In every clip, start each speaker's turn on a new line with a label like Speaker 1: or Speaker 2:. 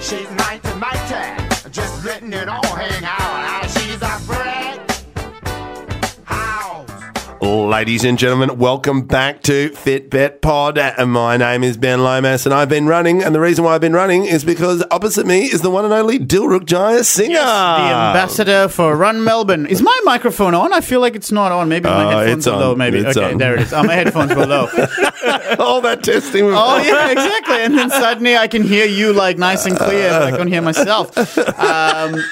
Speaker 1: She's mine to my tag. Just letting it all hang out. Ah, She's a brick house.
Speaker 2: Ladies and gentlemen, welcome back to Fitbit Pod. And my name is Ben Lomas, and I've been running. And the reason why I've been running is because opposite me is the one and only Dilruk Jaya singer.
Speaker 3: Yes, the
Speaker 2: Ah.
Speaker 3: ambassador for Run Melbourne. Is my microphone on? I feel like it's not on. Maybe my
Speaker 2: Uh,
Speaker 3: headphones
Speaker 2: it's
Speaker 3: are low.
Speaker 2: on.
Speaker 3: Maybe
Speaker 2: It's
Speaker 3: okay,
Speaker 2: on.
Speaker 3: there it is. Oh, my headphones were low.
Speaker 2: All that testing. we've
Speaker 3: Oh
Speaker 2: done.
Speaker 3: yeah, exactly. And then suddenly I can hear you like nice and clear, but I can't hear myself. Um,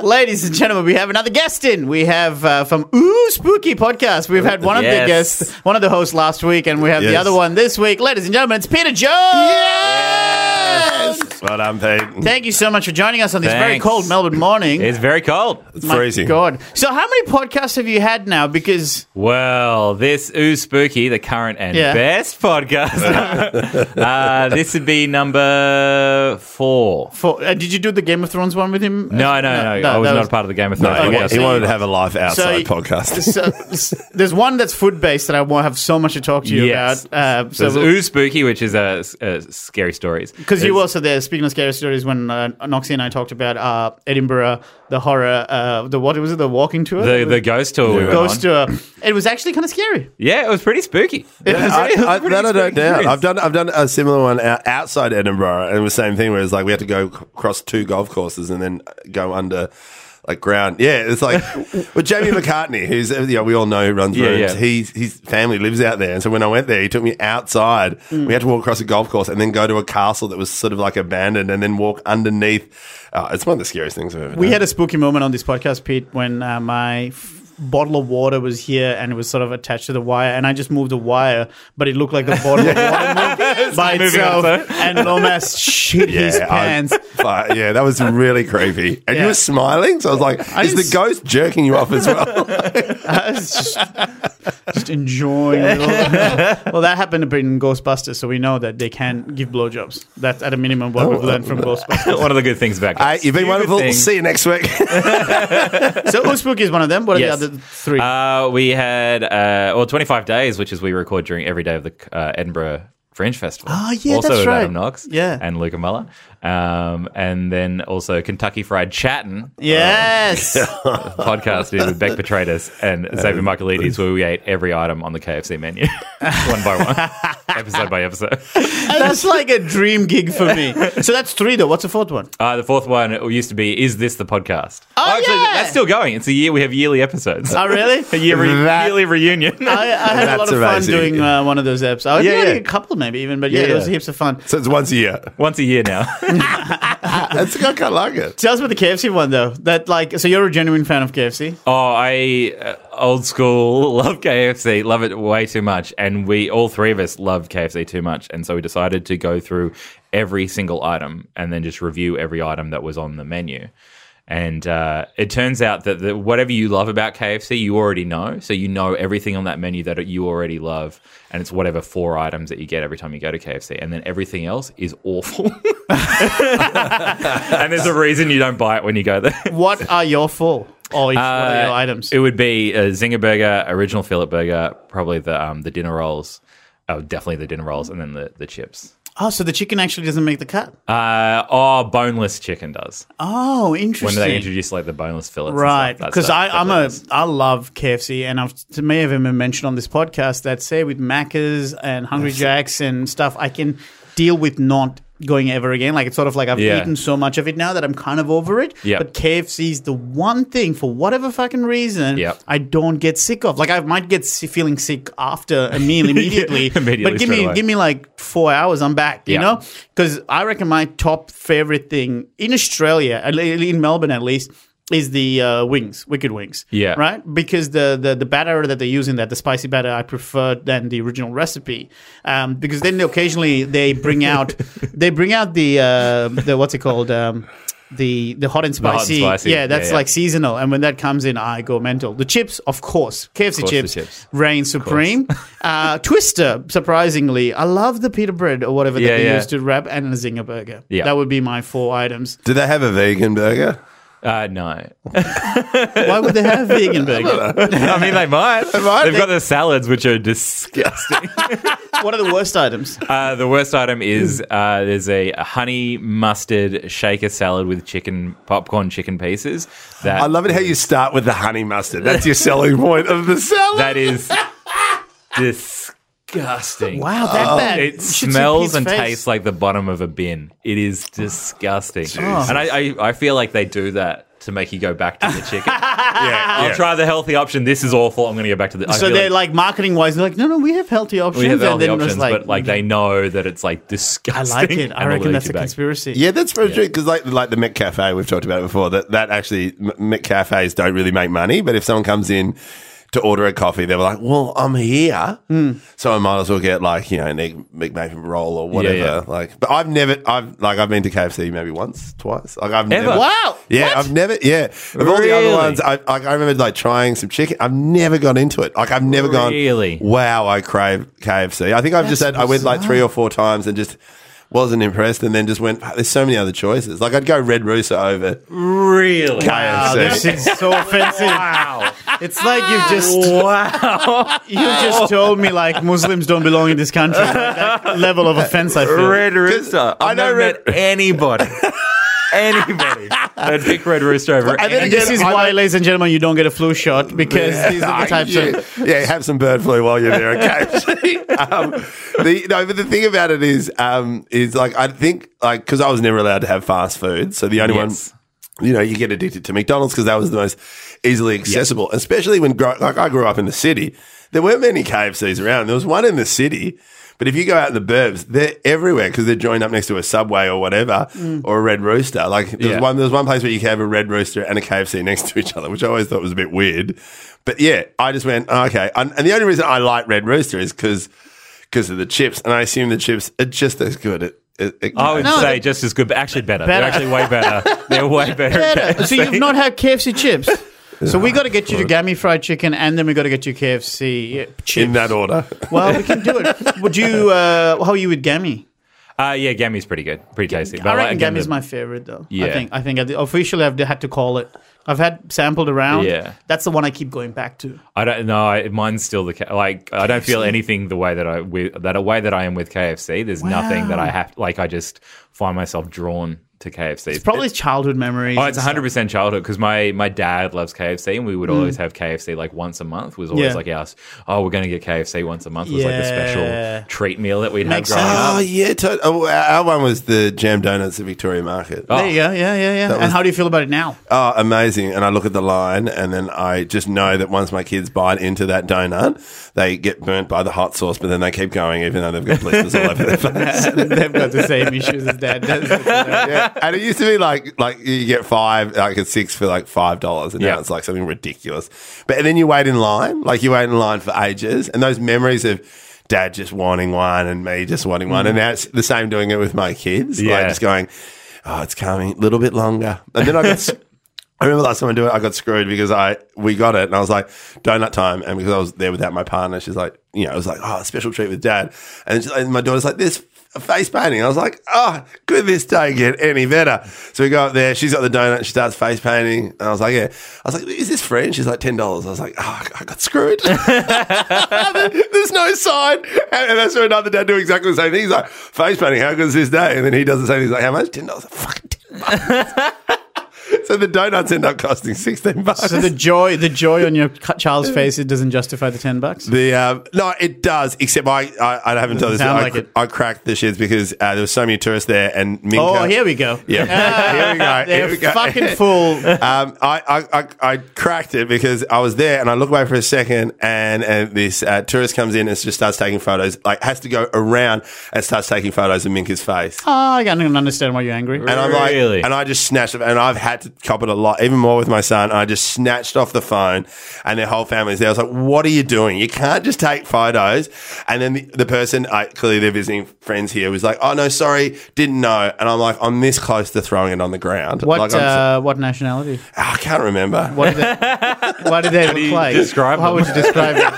Speaker 3: ladies and gentlemen, we have another guest in. We have uh, from Ooh Spooky Podcast. We've had one of the
Speaker 4: Yes.
Speaker 3: guests, one of the hosts last week, and we have the
Speaker 2: Yes.
Speaker 3: other one this week. Ladies and gentlemen, it's Peter Jones.
Speaker 2: Well done, Pete.
Speaker 3: Thank you so much for joining us on this very
Speaker 4: Thanks.
Speaker 3: cold Melbourne morning.
Speaker 4: It's very cold.
Speaker 2: It's freezing.
Speaker 3: God. So how many podcasts have you had now? Because
Speaker 4: Well, this ooh spooky, the current and
Speaker 3: Yeah.
Speaker 4: best podcast. uh, this would be number four.
Speaker 3: for, uh, did you do the Game of Thrones one with him?
Speaker 4: No, no, no. I was
Speaker 3: that
Speaker 4: not a part of the Game of
Speaker 2: No,
Speaker 4: Thrones.
Speaker 2: he,
Speaker 3: Okay,
Speaker 2: wa-
Speaker 4: podcast.
Speaker 2: he
Speaker 3: so-
Speaker 2: wanted to have a life outside
Speaker 3: so-
Speaker 2: podcast.
Speaker 3: so, s- there's one that's food based that I won't have so much to talk to you
Speaker 4: Yes.
Speaker 3: about. Uh, so
Speaker 4: There's ooh spooky, which is uh, s- uh, scary stories.
Speaker 3: because you
Speaker 4: It's-
Speaker 3: also there speaking of scary stories when uh, Noxie and I talked about uh, Edinburgh, the horror, uh, the what was it, the walking tour,
Speaker 4: the the ghost tour. we went
Speaker 3: ghost
Speaker 4: on.
Speaker 3: tour. It was actually kind of scary.
Speaker 4: Yeah, it was pretty spooky. It was-
Speaker 2: I,
Speaker 4: it was
Speaker 2: I,
Speaker 4: pretty
Speaker 2: that I don't
Speaker 4: spooky.
Speaker 2: doubt. I've done I've done a similar one out, outside Edinburgh, and it was the same thing where it's like we had to go c- across two golf courses and then go under like ground. Yeah, it's like with Jamie McCartney, who's you know, we all know who runs
Speaker 4: Yeah,
Speaker 2: rooms.
Speaker 4: yeah.
Speaker 2: He his family lives out there, and so when I went there, he took me outside.
Speaker 3: Mm.
Speaker 2: We had to walk across a golf course and then go to a castle that was sort of like abandoned, and then walk underneath. Oh, it's one of the scariest things I've ever
Speaker 3: We
Speaker 2: done.
Speaker 3: had a spooky moment on this podcast, Pete, when uh, my f- bottle of water was here and it was sort of attached to the wire, and I just moved the wire, but it looked like the bottle of water moved by
Speaker 4: moving
Speaker 3: itself,
Speaker 4: on its
Speaker 3: and Lomas shit his
Speaker 2: I-
Speaker 3: pants.
Speaker 2: but, yeah, that was really creepy. And
Speaker 3: Yeah.
Speaker 2: you were smiling, so I was like,
Speaker 3: I
Speaker 2: "Is
Speaker 3: didn't
Speaker 2: the ghost jerking you off as well?"
Speaker 3: I was just, just enjoying. It all. well, that happened a bit in Ghostbusters, so we know that they can give blowjobs. That's at a minimum what
Speaker 4: Oh,
Speaker 3: we've learned from
Speaker 4: uh,
Speaker 3: Ghostbusters.
Speaker 4: One of the good things about
Speaker 2: Hey,
Speaker 4: ghosts.
Speaker 2: you've been
Speaker 4: Few good
Speaker 2: wonderful.
Speaker 4: things.
Speaker 2: See you next week.
Speaker 3: so, Ooh Spooky is one of them. What are
Speaker 4: Yes.
Speaker 3: the other three?
Speaker 4: Uh, we had uh, well, 25 days, which is we record during every day of the uh, Edinburgh Fringe Festival.
Speaker 3: Ah, yeah,
Speaker 4: also
Speaker 3: that's
Speaker 4: with
Speaker 3: right.
Speaker 4: Adam Knox,
Speaker 3: Yeah.
Speaker 4: and Luca Muller, um, and then also Kentucky Fried Chattin
Speaker 3: yes.
Speaker 4: podcast we did with Beck Petratus and Xavier Michaelides, where we ate every item on the KFC menu one by one, episode by episode.
Speaker 3: That's like a dream gig for me. So that's three, though. What's the fourth one?
Speaker 4: Uh, the fourth one used to be "Is this the podcast?"
Speaker 3: Oh, yeah!
Speaker 4: that's still going. It's a year. We have yearly episodes.
Speaker 3: Oh, really?
Speaker 4: a year re-
Speaker 2: That-
Speaker 4: yearly reunion.
Speaker 3: I, I had a lot
Speaker 2: That's
Speaker 3: of fun
Speaker 2: amazing.
Speaker 3: doing uh, one of those apps. I
Speaker 4: Yeah,
Speaker 3: yeah,
Speaker 4: yeah.
Speaker 3: a couple maybe even, but yeah,
Speaker 4: Yeah,
Speaker 3: it was
Speaker 4: yeah.
Speaker 3: heaps of fun.
Speaker 2: so it's once a year.
Speaker 4: Once a year now.
Speaker 2: That's, I kind of like it.
Speaker 3: Tell us about the KFC one though. That like, so you're a genuine fan of KFC?
Speaker 4: Oh, I uh, old school love KFC, love it way too much, and we all three of us love KFC too much, and so we decided to go through every single item and then just review every item that was on the menu. And uh, it turns out that the, whatever you love about KFC, you already know, so you know everything on that menu that you already love, and it's whatever four items that you get every time you go to KFC, and then everything else is awful. and there's a reason you don't buy it when you go there.
Speaker 3: What are your four or each, what are
Speaker 4: Uh,
Speaker 3: your items?
Speaker 4: It would be a Zinger Burger, original Philip Burger, probably the um, the dinner rolls. Oh, definitely the dinner rolls, and then the, the chips.
Speaker 3: oh, so the chicken actually doesn't make the cut.
Speaker 4: Uh, oh, boneless chicken does.
Speaker 3: Oh,
Speaker 4: When
Speaker 3: interesting.
Speaker 4: they introduce like the boneless fillets,
Speaker 3: Right, because
Speaker 4: because
Speaker 3: I'm a I love KFC, and I've to may have even mentioned on this podcast that say with Macca's and Hungry Jacks and stuff, I can deal with not going ever again. Like it's sort of like I've
Speaker 4: Yeah.
Speaker 3: eaten so much of it now that I'm kind of over it.
Speaker 4: Yep.
Speaker 3: But KFC is the one thing for whatever fucking reason
Speaker 4: Yep.
Speaker 3: I don't get sick of. Like I might get si- feeling sick after a meal immediately,
Speaker 4: Immediately,
Speaker 3: but give
Speaker 4: straight
Speaker 3: me
Speaker 4: away.
Speaker 3: give me like four hours, I'm back. You
Speaker 4: Yeah.
Speaker 3: know, because I reckon my top favorite thing in Australia, at le- in Melbourne at least, is the uh, wings, wicked wings.
Speaker 4: Yeah.
Speaker 3: Right? Because the, the, the batter that they use in that, the spicy batter, I prefer than the original recipe. Um, because then occasionally they bring out, they bring out the, uh, the what's it called? Um, the, the hot and
Speaker 4: hot and
Speaker 3: spicy.
Speaker 4: spicy.
Speaker 3: Yeah, that's
Speaker 4: Yeah, yeah.
Speaker 3: like seasonal. And when that comes in, I go mental. The chips, of course. KFC
Speaker 4: course the
Speaker 3: chips,
Speaker 4: chips.
Speaker 3: reign supreme. uh, Twister, surprisingly. I love the pita bread or whatever
Speaker 4: Yeah,
Speaker 3: that they
Speaker 4: yeah.
Speaker 3: use to wrap and a Zinger burger.
Speaker 4: Yeah.
Speaker 3: That would be my four items.
Speaker 2: Do they have a vegan burger?
Speaker 4: Uh, no.
Speaker 3: Why would they have vegan burger?
Speaker 4: I mean, they might.
Speaker 2: might.
Speaker 4: They've got the salads, which are disgusting.
Speaker 3: What are the worst items?
Speaker 4: uh, the worst item is uh, there's a honey mustard shaker salad with chicken popcorn chicken pieces. That
Speaker 2: I love it how you start with the honey mustard. That's your selling point of the salad.
Speaker 4: that is disgusting.
Speaker 3: Wow, that bad.
Speaker 4: oh, It
Speaker 3: You should see
Speaker 4: smells
Speaker 3: Pete's
Speaker 4: and
Speaker 3: face. Oh,
Speaker 4: tastes like the bottom of a bin. It is disgusting. And I, I, I feel like they do that to make you go back to the chicken.
Speaker 2: yeah,
Speaker 4: I'll
Speaker 2: yeah.
Speaker 4: try the healthy option. This is awful. I'm going to go back to the. I
Speaker 3: So
Speaker 4: feel
Speaker 3: they're like marketing wise, they're like, no, no, we have healthy options.
Speaker 4: we have
Speaker 3: and
Speaker 4: healthy
Speaker 3: then it
Speaker 4: options,
Speaker 3: was like,
Speaker 4: but like they know that it's like
Speaker 3: I
Speaker 4: disgusting.
Speaker 3: like it. I
Speaker 4: and they'll
Speaker 3: reckon
Speaker 4: lead
Speaker 3: that's
Speaker 4: you
Speaker 3: a
Speaker 4: back.
Speaker 3: conspiracy.
Speaker 2: Yeah, that's very true. Because like like the Mick Cafe, we've talked about it before. That that actually M- Mick Cafes don't really make money, but if someone comes in to order a coffee, they're like, "Well, I'm here,
Speaker 4: Hmm.
Speaker 2: so I might as well get like you know an egg McMuffin roll or whatever."
Speaker 4: yeah.
Speaker 2: Like, but I've never, I've like I've been to KFC maybe once, twice. Like I've
Speaker 4: Ever?
Speaker 2: never.
Speaker 3: Wow.
Speaker 2: Yeah,
Speaker 3: What?
Speaker 2: I've never. Yeah, of all the
Speaker 4: Really?
Speaker 2: other ones, I like I remember like trying some chicken. I've never gone into it. Like I've never gone.
Speaker 4: Really?
Speaker 2: Wow, I crave KFC. I think I've just had. I went like three or four times and just wasn't impressed, and then just went. "Fuck, There's so many other choices. Like I'd go Red Rooster over
Speaker 4: Really?
Speaker 3: Wow,
Speaker 2: KFC.
Speaker 3: that Uh, shit's so offensive.
Speaker 4: Wow.
Speaker 3: It's like you've just
Speaker 4: wow.
Speaker 3: you just told me like Muslims don't belong in this country. Like, that level of offense, I feel.
Speaker 4: Red Rooster.
Speaker 2: I
Speaker 4: I
Speaker 2: know
Speaker 4: know
Speaker 2: Red-
Speaker 4: met anybody. anybody. I'd pick Red Rooster over.
Speaker 2: And then
Speaker 4: any-
Speaker 3: And this
Speaker 2: Again,
Speaker 3: is
Speaker 2: I
Speaker 3: why,
Speaker 2: don't-
Speaker 3: ladies and gentlemen, you don't get a flu shot because these are the types
Speaker 2: yeah,
Speaker 3: of
Speaker 2: yeah, have some bird flu while you're there at KFC. um, the, no, but the thing about it is, um, is like I think like because I was never allowed to have fast food, so the only
Speaker 4: Yes.
Speaker 2: one. You know, you get addicted to McDonald's because that was the most easily accessible, especially when gro- like I grew up in the city. There weren't many KFCs around. There was one in the city, but if you go out in the burbs, they're everywhere because they're joined up next to a subway or whatever,
Speaker 3: Mm.
Speaker 2: or a Red Rooster. Like there's
Speaker 4: Yeah.
Speaker 2: one one- there was one place where you could have a Red Rooster and a KFC next to each other, which I always thought was a bit weird. But yeah, I just went "Oh, okay. And, and the only reason I like Red Rooster is because of the chips, and I assume the chips are just as good. At, at, at
Speaker 4: I would
Speaker 3: No,
Speaker 4: say
Speaker 3: they-
Speaker 4: just as good, but actually better.
Speaker 3: Better.
Speaker 4: They're actually way better. They're way better.
Speaker 3: better. So you've not had KFC chips. So we got to get you to Gammy Fried Chicken, and then we got to get you KFC chips.
Speaker 2: in that order.
Speaker 3: well, we can do it. Would you? Uh, how are you with Gammy?
Speaker 4: Uh, yeah, Gammy's pretty good, pretty tasty.
Speaker 3: I reckon
Speaker 4: like
Speaker 3: Gammy's
Speaker 4: the-
Speaker 3: my favorite though. I
Speaker 4: Yeah.
Speaker 3: think I think I did- officially I've had to call it. I've had sampled around.
Speaker 4: Yeah.
Speaker 3: that's the one I keep going back to.
Speaker 4: I don't know. I- Mine's still the ca- like. I don't feel anything the way that I with, that a way that I am with KFC. There's nothing that I have. Like I just find myself drawn to KFC. It's
Speaker 3: Probably childhood memories.
Speaker 4: Oh, it's
Speaker 3: and stuff.
Speaker 4: 100 percent childhood because my my dad loves KFC and we would always have KFC like once a month. Was always
Speaker 3: Hmm. Yeah.
Speaker 4: like us. Oh, we're gonna get KFC once a month. Was like the
Speaker 3: Yeah.
Speaker 4: special treat meal that we'd
Speaker 3: Makes
Speaker 4: have growing
Speaker 3: sense.
Speaker 4: up.
Speaker 2: oh yeah, to- oh, our our one was the jam donuts at Victoria Market.
Speaker 3: There you go. Yeah, yeah, yeah. And
Speaker 2: was-
Speaker 3: how do you feel about it now?
Speaker 2: Oh, amazing. And I look at the line, and then I just know that once my kids bite into that donut, they get burnt by the hot sauce, but then they keep going, even though they've got blisters all over their face.
Speaker 3: They've got the same issues as dad. does.
Speaker 2: yeah. And it used to be like like you get five, like a six for like five dollars, and now
Speaker 4: Yeah.
Speaker 2: it's like something ridiculous. But then you wait in line, like you wait in line for ages, and those memories of dad just wanting one and me just wanting one, and now it's the same doing it with my kids, like
Speaker 4: Yeah.
Speaker 2: just going, oh, it's coming a little bit longer, and then I got. s- I remember last time I do it, I got screwed because I we got it and I was like donut time, and because I was there without my partner, she's like, you know, I was like, oh, special treat with dad, and, she, and my daughter's like, this face painting. I was like, oh, could this day get any better? So we go up there, she's got the donut, she starts face painting, and I was like, yeah, I was like, is this free? And she's like, ten dollars. I was like, oh, I got screwed. There's no sign, and, and I saw another dad do exactly the same thing. He's like, face painting, how good is this day? And then he does the same. He's like, how much? Ten dollars. Fucking ten bucks. so the donuts end up costing sixteen bucks.
Speaker 3: So the joy, the joy on your cu- child's face, it doesn't justify the ten bucks.
Speaker 2: The um, no, it does. Except I, I, I haven't done this.
Speaker 3: sound
Speaker 2: I,
Speaker 3: like it.
Speaker 2: I cracked the shits because uh, there were so many tourists there, and Minka.
Speaker 3: Oh, here we go.
Speaker 2: Yeah. Here we go.
Speaker 3: They're
Speaker 2: Here we go.
Speaker 3: fucking full.
Speaker 2: um, I, I, I, I cracked it because I was there and I look away for a second and, and this uh, tourist comes in and just starts taking photos, like has to go around and starts taking photos of Minka's face.
Speaker 3: Ah, I don't understand why you're angry.
Speaker 2: And I'm like,
Speaker 4: Really?
Speaker 2: and I just snatched it, and I've had to cop it a lot, even more with my son. I just snatched off the phone, and their whole family's there. I was like, "What are you doing? You can't just take photos." And then the, the person, I, clearly they're visiting friends here, was like, "Oh no, sorry, didn't know." And I'm like, "I'm this close to throwing it on the ground."
Speaker 3: What
Speaker 2: Like, I'm,
Speaker 3: uh, what nationality?
Speaker 2: I can't remember.
Speaker 3: What did they, what did they look
Speaker 4: you
Speaker 3: like?
Speaker 4: describe
Speaker 3: How
Speaker 4: them?
Speaker 3: would you describe them?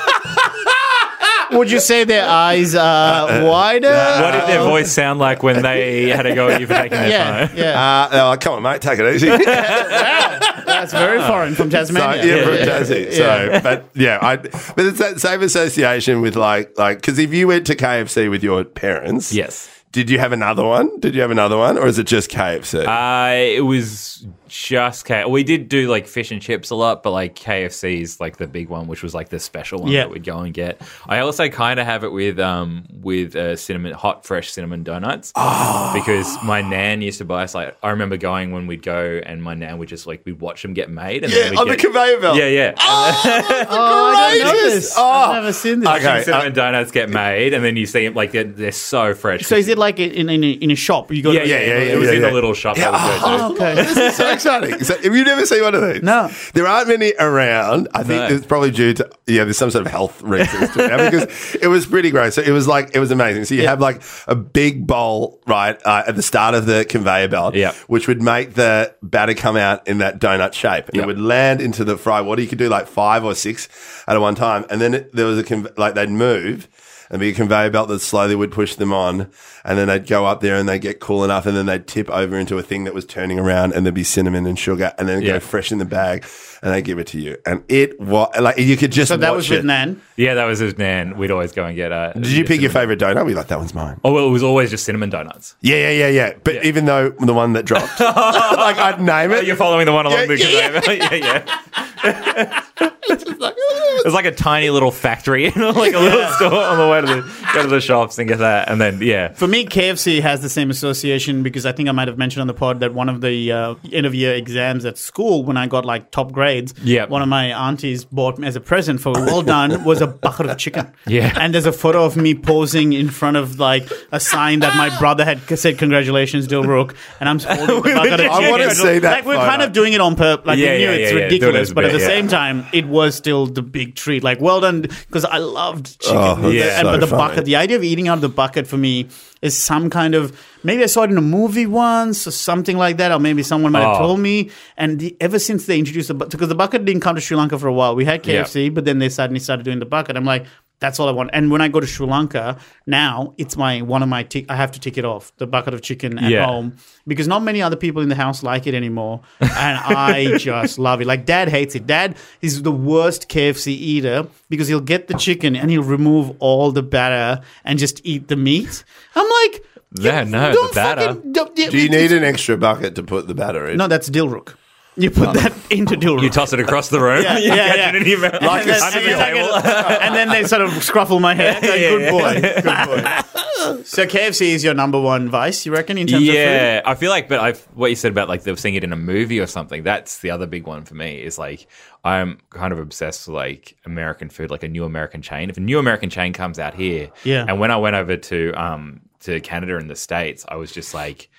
Speaker 3: Would you say their eyes
Speaker 2: Uh,
Speaker 3: are wider?
Speaker 4: What did their voice sound like when they had a go at you for taking their
Speaker 3: Yeah,
Speaker 4: phone?
Speaker 3: yeah.
Speaker 2: Uh, oh, come on, mate, take it easy. so, yeah,
Speaker 3: That's very foreign from Tasmania.
Speaker 2: from Tassie. So, but yeah, I, but it's that same association with like, like, because if you went to KFC with your parents,
Speaker 4: Yes.
Speaker 2: did you have another one? Did you have another one, or is it just KFC?
Speaker 4: Uh, it was just K. We did do like fish and chips a lot, but like KFC is like the big one, which was like the special one
Speaker 3: Yeah.
Speaker 4: that we'd go and get. I also kind of have it with um with uh, cinnamon hot fresh cinnamon donuts
Speaker 2: Ah.
Speaker 4: because my nan used to buy us like I remember going when we'd go and my nan would just like we'd watch them get made and
Speaker 2: yeah,
Speaker 4: then we'd
Speaker 2: on
Speaker 4: get,
Speaker 2: the conveyor belt.
Speaker 4: yeah yeah
Speaker 2: Ah.
Speaker 3: Oh, I don't know
Speaker 2: Outrageous.
Speaker 3: this.
Speaker 2: Oh.
Speaker 3: I've never seen this.
Speaker 2: Okay. uh,
Speaker 4: cinnamon donuts get made and then you see them like they're, they're so fresh.
Speaker 3: So is it like in in a, in a shop? You go.
Speaker 4: yeah,
Speaker 3: to-
Speaker 4: yeah, yeah,
Speaker 2: yeah,
Speaker 4: It was
Speaker 2: yeah,
Speaker 4: in
Speaker 2: yeah. uh-huh.
Speaker 4: the little shop. I would go to.
Speaker 3: Oh, okay.
Speaker 2: so exciting. So, have you never seen one of these?
Speaker 3: No.
Speaker 2: There aren't many around. I think
Speaker 4: No.
Speaker 2: it's probably due to, yeah, there's some sort of health reasons to it because it was pretty gross. So it was like, it was amazing. So you have like a big bowl, right, uh, at the start of the conveyor belt,
Speaker 4: Yeah.
Speaker 2: which would make the batter come out in that donut shape and
Speaker 4: Yeah.
Speaker 2: it would land into the fry water. You could do like five or six at one time. And then it, there was a, conve- like they'd move. And be a conveyor belt that slowly would push them on, and then they'd go up there and they'd get cool enough, and then they'd tip over into a thing that was turning around, and there'd be cinnamon and sugar, and then it'd
Speaker 4: Yeah.
Speaker 2: go fresh in the bag, and they give it to you, and it was like you could just.
Speaker 3: So that
Speaker 2: watch
Speaker 3: was
Speaker 2: it.
Speaker 3: with Nan.
Speaker 4: Yeah, that was his nan. We'd always go and get. Uh,
Speaker 2: Did you pick your favorite donut? We like that one's mine.
Speaker 4: Oh well, it was always just cinnamon donuts.
Speaker 2: Yeah, yeah, yeah, yeah. But even though the one that dropped, like I'd name
Speaker 4: Oh,
Speaker 2: it.
Speaker 4: you're following the one along
Speaker 2: Yeah,
Speaker 4: the
Speaker 2: yeah,
Speaker 4: yeah, yeah, yeah. It was like a tiny little factory, you know, like a little store on the way to the go to the shops and get that, and then yeah,
Speaker 3: For me, KFC has the same association because I think I might have mentioned on the pod that one of the uh, end of year exams at school, when I got like top grades,
Speaker 4: Yep.
Speaker 3: one of my aunties bought me as a present for well done was a bucket of chicken.
Speaker 4: Yeah.
Speaker 3: And there's a photo of me posing in front of like a sign that my brother had said, Congratulations, Dilrook. And I'm holding the bucket of
Speaker 4: I
Speaker 3: chicken.
Speaker 4: wanna
Speaker 2: see that
Speaker 3: Like, we're
Speaker 2: photo.
Speaker 3: kind of doing it on purpose. Like,
Speaker 4: Yeah,
Speaker 3: we knew
Speaker 4: yeah, yeah,
Speaker 3: it's
Speaker 4: yeah. Do it
Speaker 3: ridiculous,
Speaker 4: as a
Speaker 3: but at the
Speaker 4: bit, yeah.
Speaker 3: same time, it was still the big treat. Like, well done, because I loved chicken.
Speaker 2: Oh, that's
Speaker 3: yeah.
Speaker 2: so
Speaker 3: but the
Speaker 2: funny.
Speaker 3: bucket, the idea of eating out of the bucket for me is some kind of maybe I saw it in a movie once or something like that, or maybe someone might have
Speaker 4: Oh.
Speaker 3: told me. And the, ever since they introduced the bucket, because the bucket didn't come to Sri Lanka for a while, we had KFC, but then they suddenly started doing the bucket. I'm like, that's all I want. And when I go to Sri Lanka now, it's my one of my tick. I have to tick it off the bucket of chicken at
Speaker 4: Yeah.
Speaker 3: home because not many other people in the house like it anymore, and I just love it. Like Dad hates it. Dad is the worst KFC eater because he'll get the chicken and he'll remove all the batter and just eat the meat. I'm like,
Speaker 4: Yeah,
Speaker 3: you
Speaker 4: no,
Speaker 3: don't
Speaker 4: the batter.
Speaker 3: fucking- don't-
Speaker 2: Do you
Speaker 3: it's-
Speaker 2: need an extra bucket to put the batter in?
Speaker 3: No, that's Dilruk. You put that into Dilruk.
Speaker 4: Oh. you toss it across the room.
Speaker 3: Yeah,
Speaker 4: You
Speaker 3: yeah,
Speaker 4: catch
Speaker 3: yeah.
Speaker 4: it in your mouth.
Speaker 3: and, then,
Speaker 4: under
Speaker 3: and, then
Speaker 4: the
Speaker 3: I
Speaker 4: table.
Speaker 3: get- and then they sort of scruffle my hair. Like, good boy, good boy. so KFC is your number one vice, you reckon, in terms of food?
Speaker 4: Yeah, I feel like, but I've, what you said about like they've seen it in a movie or something. That's the other big one for me. Is like I'm kind of obsessed with like American food, like a new American chain. If a new American chain comes out here,
Speaker 3: Yeah.
Speaker 4: And when I went over to um to Canada and the states, I was just like,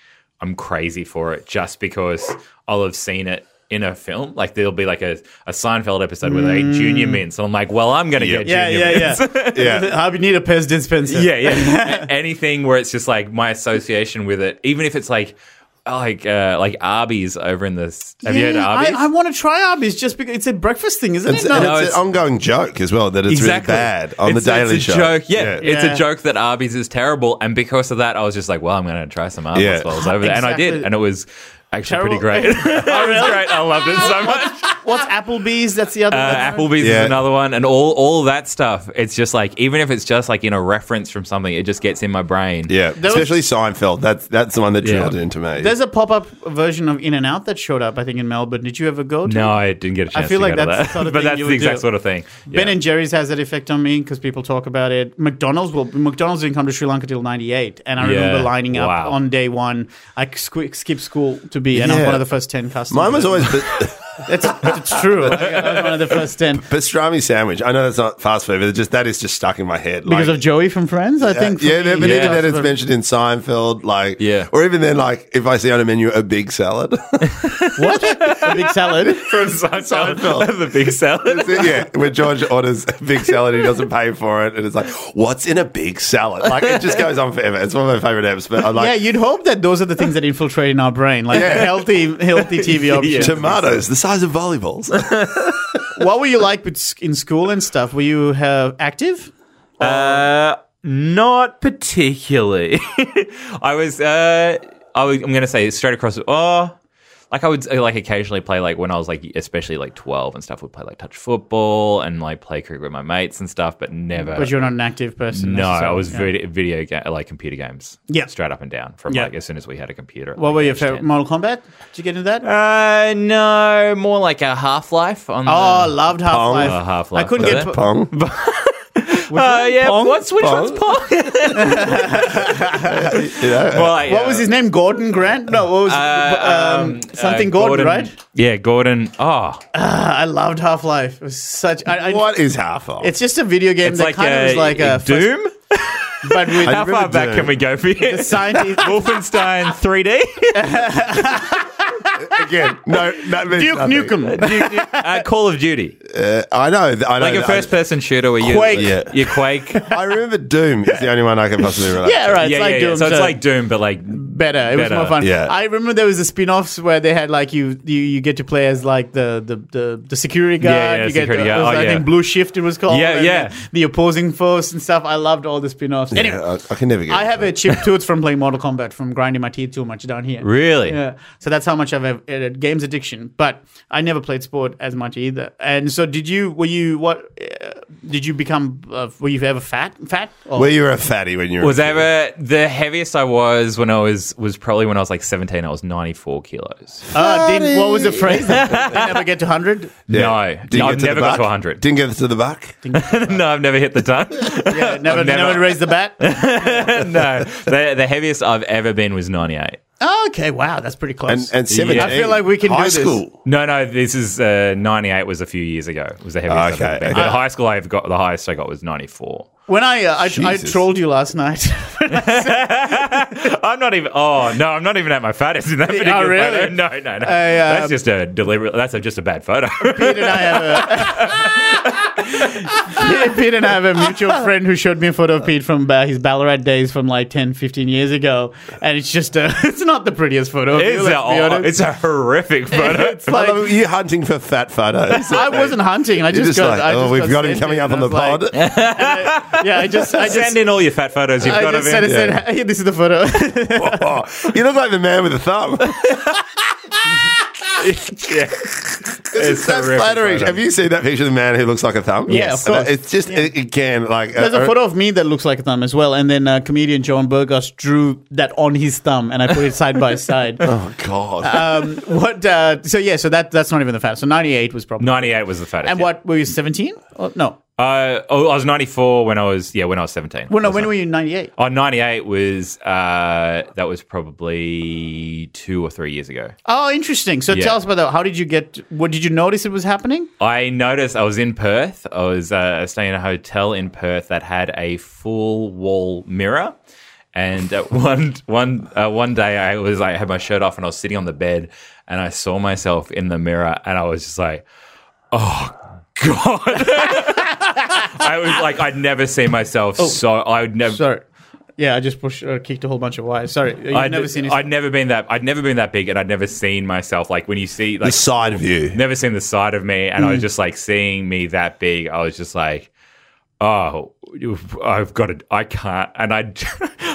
Speaker 4: I'm crazy for it, just because I'll have seen it. In a film, like there'll be like a, a Seinfeld episode where they eat junior mints, and I'm like, well, I'm gonna get
Speaker 3: Mm. Yeah,
Speaker 4: junior
Speaker 3: yeah,
Speaker 4: mints.
Speaker 3: yeah.
Speaker 2: Yeah.
Speaker 3: I would need a Pez dispenser.
Speaker 4: Yeah, yeah. A- Anything where it's just like my association with it, even if it's like like uh, like Arby's over in the. s- Have you heard of
Speaker 3: Yeah,
Speaker 4: Arby's?
Speaker 3: I, I want to try Arby's just because it's a breakfast thing, isn't
Speaker 2: It's,
Speaker 3: it?
Speaker 2: and
Speaker 4: No,
Speaker 2: it's,
Speaker 4: it's-
Speaker 2: an ongoing joke as well that it's really bad on
Speaker 4: It's-
Speaker 2: the Daily
Speaker 4: it's a
Speaker 2: Show.
Speaker 4: joke. Yeah, it's
Speaker 3: Yeah.
Speaker 4: a joke that Arby's is terrible, and because of that, I was just like, "Well, I'm going to try some Arby's
Speaker 2: Yeah.
Speaker 4: while I was over there," and I
Speaker 3: Exactly.
Speaker 4: did, and it was actually pretty
Speaker 3: Terrible.
Speaker 4: great. it was great. I loved it so much.
Speaker 3: Ah! What's Applebee's? That's the other.
Speaker 4: Uh,
Speaker 3: that's-
Speaker 4: Applebee's
Speaker 2: Yeah.
Speaker 4: is another one, and all all that stuff. It's just like even if it's just like in a reference from something, it just gets in my brain.
Speaker 2: Yeah,
Speaker 3: There was-
Speaker 2: especially Seinfeld. That's that's the one that
Speaker 4: Yeah.
Speaker 2: drilled into me.
Speaker 3: There's a pop-up version of In and Out that showed up, I think, in Melbourne. Did you ever go to?
Speaker 4: No,
Speaker 3: it?
Speaker 4: I didn't get a chance.
Speaker 3: feel
Speaker 4: to
Speaker 3: like
Speaker 4: go to
Speaker 3: that's
Speaker 4: that.
Speaker 3: the sort of
Speaker 4: but
Speaker 3: thing
Speaker 4: that's
Speaker 3: you
Speaker 4: the
Speaker 3: would
Speaker 4: exact
Speaker 3: do.
Speaker 4: sort of thing.
Speaker 3: Ben
Speaker 4: Yeah.
Speaker 3: and Jerry's has that effect on me because people talk about it. McDonald's, well, McDonald's didn't come to Sri Lanka till '98, and I
Speaker 4: Yeah.
Speaker 3: remember lining up
Speaker 4: Wow.
Speaker 3: on day one. I squ- skipped school to be, and I'm
Speaker 2: Yeah.
Speaker 3: one of the first ten customers.
Speaker 2: Mine was always pa-
Speaker 3: That's, that's true. I was one of the first ten
Speaker 2: pastrami sandwich. I know that's not fast food, but it just that is just stuck in my head.
Speaker 3: because
Speaker 2: like,
Speaker 3: of Joey from Friends. I think. for
Speaker 2: yeah,
Speaker 3: me,
Speaker 2: yeah, but
Speaker 4: yeah.
Speaker 2: even then it's mentioned in Seinfeld, like
Speaker 4: Yeah.
Speaker 2: or even then like if I see on a menu a big salad,
Speaker 3: What? A big salad.
Speaker 4: from Seinfeld,
Speaker 2: Seinfeld.
Speaker 4: the big salad.
Speaker 2: yeah, where George orders a big salad, he doesn't pay for it, and it's like, what's in a big salad? Like it just goes on forever. It's one of my favorite apps, but I
Speaker 3: yeah,
Speaker 2: like
Speaker 3: you'd hope that those are the things that infiltrate in our brain, like
Speaker 2: Yeah.
Speaker 3: healthy, healthy TV options.
Speaker 2: tomatoes the size of volleyballs.
Speaker 3: What were you like with, in school and stuff? Were you uh, active?
Speaker 4: Uh, not particularly. I was, uh, I was, I'm gonna say straight across. Oh, like I would uh, like occasionally play like when I was like especially like 12 and stuff. Would play like touch football and like play cricket with my mates and stuff, but never.
Speaker 3: But you're not an active person.
Speaker 4: no, I
Speaker 3: necessarily,
Speaker 4: was
Speaker 3: yeah.
Speaker 4: video, video ga- like computer games.
Speaker 3: Yeah.
Speaker 4: straight up and down from
Speaker 3: Yeah.
Speaker 4: like as soon as we had a computer. at,
Speaker 3: What
Speaker 4: like,
Speaker 3: were your
Speaker 4: age
Speaker 3: favorite?
Speaker 4: 10.
Speaker 3: Mortal Kombat? Did you get into that?
Speaker 4: Uh, no, more like a Half Life on.
Speaker 3: oh, loved Half Life.
Speaker 4: Oh, Half-Life.
Speaker 3: I couldn't
Speaker 4: Was
Speaker 3: get.
Speaker 4: it?
Speaker 3: to-
Speaker 2: Pong.
Speaker 4: the, uh, yeah.
Speaker 2: Pong?
Speaker 4: What's which
Speaker 2: Pong?
Speaker 4: one's Pong?
Speaker 2: You know?
Speaker 4: Well, like,
Speaker 3: What
Speaker 4: uh,
Speaker 3: was his name? Gordon Grant? No, what was
Speaker 4: Uh,
Speaker 3: um, something
Speaker 4: uh,
Speaker 3: Gordon, right?
Speaker 4: Yeah, Gordon. Oh,
Speaker 3: I loved Half Life. It was such. I, I,
Speaker 2: what is half of?
Speaker 3: It's just a video game
Speaker 4: it's
Speaker 3: that
Speaker 4: like
Speaker 3: kind of
Speaker 4: a,
Speaker 3: was like a
Speaker 4: Doom.
Speaker 3: first- but with
Speaker 4: How far
Speaker 2: remember
Speaker 4: back
Speaker 2: Doom.
Speaker 4: can we go for you?
Speaker 3: scientists.
Speaker 4: Wolfenstein 3D.
Speaker 2: Again, no, that means
Speaker 3: Duke
Speaker 2: nothing.
Speaker 3: Nukem.
Speaker 4: uh, Call of Duty,
Speaker 2: Uh, I know. th- I know.
Speaker 4: like a
Speaker 2: that-
Speaker 4: first-person shooter where you
Speaker 3: Quake.
Speaker 4: Yeah. you Quake.
Speaker 2: I remember Doom is the only one I can possibly relate.
Speaker 3: Yeah, right. It's
Speaker 4: yeah,
Speaker 3: like
Speaker 4: yeah,
Speaker 3: Doom.
Speaker 4: yeah. So it's
Speaker 3: so-
Speaker 4: like Doom, but like
Speaker 3: better. It was
Speaker 4: Better.
Speaker 3: more fun.
Speaker 2: Yeah.
Speaker 3: I remember there was the spin-offs where they had like you you, you get to play as like the the, the, the security guard.
Speaker 4: Yeah, yeah,
Speaker 3: you
Speaker 4: security
Speaker 3: get,
Speaker 4: guard.
Speaker 3: it was,
Speaker 4: Oh,
Speaker 3: I
Speaker 4: yeah.
Speaker 3: think Blue Shift it was called.
Speaker 4: Yeah,
Speaker 3: and
Speaker 4: yeah.
Speaker 3: The, the opposing force and stuff. I loved all the spin-offs.
Speaker 2: Yeah,
Speaker 3: Anyway,
Speaker 2: I, I can never get.
Speaker 3: I have
Speaker 2: into
Speaker 3: a chipped tooth from playing Mortal Kombat from grinding my teeth too much down here.
Speaker 4: really.
Speaker 3: Yeah. So that's how much I've had a games addiction. But I never played sport as much either. And so did you? Were you what? Uh, did you become? Uh, were you ever fat? Fat? Or,
Speaker 2: Well, you were a fatty when you were.
Speaker 4: Was
Speaker 2: a kid.
Speaker 4: ever the heaviest I was when I was was probably when I was like seventeen. I was ninety four kilos.
Speaker 3: uh, didn't, what was the phrase? Did never get to hundred.
Speaker 4: No. No,
Speaker 2: get
Speaker 4: I've
Speaker 2: the
Speaker 4: never got
Speaker 2: buck?
Speaker 4: to 100.
Speaker 2: Didn't get to the buck.
Speaker 4: no, I've never hit the ton.
Speaker 3: Yeah, never,
Speaker 4: I've never-
Speaker 3: never raised the bat.
Speaker 4: no, the, the heaviest I've ever been was ninety eight.
Speaker 3: Oh, okay, wow, that's pretty close.
Speaker 2: And and seventeen.
Speaker 4: I
Speaker 3: feel like we can
Speaker 2: high
Speaker 3: do this.
Speaker 2: school.
Speaker 4: No, no, this is uh, 98 was a few years ago. was the heaviest I've
Speaker 2: Okay,
Speaker 4: ever been.
Speaker 2: okay.
Speaker 3: Uh-huh.
Speaker 4: But high school, I've got the highest I got was 94.
Speaker 3: when I, uh, I I
Speaker 2: Jesus.
Speaker 3: trolled you last night.
Speaker 4: I'm not even. Oh no, I'm not even at my fattest in that particular
Speaker 3: Oh, really?
Speaker 4: photo. No, no, no.
Speaker 3: I, uh,
Speaker 4: that's just a deliberate. That's a, just a bad photo.
Speaker 3: Pete and I have a Pete and I have a mutual friend who showed me a photo of Pete from uh, his Ballarat days from like 10, 15 years ago, and it's just uh, it's not the prettiest photo. of you,
Speaker 4: it's,
Speaker 3: let's
Speaker 4: a,
Speaker 3: be
Speaker 2: oh,
Speaker 3: honest.
Speaker 4: it's a horrific photo.
Speaker 3: It's like-
Speaker 2: I love you hunting for fat photos.
Speaker 3: I wasn't hunting. I
Speaker 2: You're
Speaker 3: just,
Speaker 2: just
Speaker 3: got.
Speaker 2: like,
Speaker 3: I
Speaker 2: oh,
Speaker 3: just
Speaker 2: we've got him
Speaker 3: sent
Speaker 2: coming
Speaker 3: it,
Speaker 2: up on
Speaker 3: and I
Speaker 2: the
Speaker 3: was like-
Speaker 2: pod.
Speaker 3: yeah, I just, I just,
Speaker 4: Send in all your fat photos you've
Speaker 3: I
Speaker 4: got of
Speaker 3: just said, I
Speaker 4: him.
Speaker 3: said, hey, this is the photo.
Speaker 2: Oh, you look like the man with the thumb.
Speaker 4: Yeah.
Speaker 2: That's
Speaker 4: It's horrific
Speaker 2: flattering.
Speaker 4: photo.
Speaker 2: Have you seen that picture of the man who looks like a thumb?
Speaker 3: Yeah, of course.
Speaker 2: It's just again like
Speaker 3: There's
Speaker 2: uh,
Speaker 3: a photo of me that looks like a thumb as well, and then uh, comedian John Burgos drew that on his thumb, and I put it side by side.
Speaker 2: Oh God.
Speaker 3: Um, what? Uh, so yeah, so that that's not even the fact. So 98 was probably.
Speaker 4: 98 was the fattest.
Speaker 3: and
Speaker 4: yeah.
Speaker 3: what were you 17? Or, no,
Speaker 4: Uh, oh, I was 94 when I was yeah when I was 17.
Speaker 3: well, no.
Speaker 4: I was
Speaker 3: When were you 98?
Speaker 4: Oh, 98 was uh, that was probably two or three years ago.
Speaker 3: Oh, interesting. So
Speaker 4: Yeah. Um,
Speaker 3: tell us about that. How did you get? What did you notice it was happening?
Speaker 4: I noticed I was in Perth. I was uh, staying in a hotel in Perth that had a full wall mirror. And uh, one one uh, one day, I was like had my shirt off and I was sitting on the bed, and I saw myself in the mirror, and I was just like, "Oh God!" I was like, I'd never seen myself so. I would never.
Speaker 3: Sorry. Yeah, I just pushed, uh, kicked a whole bunch of wires. Sorry, you've
Speaker 4: I'd
Speaker 3: never seen it.
Speaker 4: I'd never been that. I'd never been that big, and I'd never seen myself like when you see
Speaker 2: the
Speaker 4: like
Speaker 2: side view.
Speaker 4: never seen the side of me, and I was just like seeing me that big. I was just like, oh, I've got to, I can't. And I,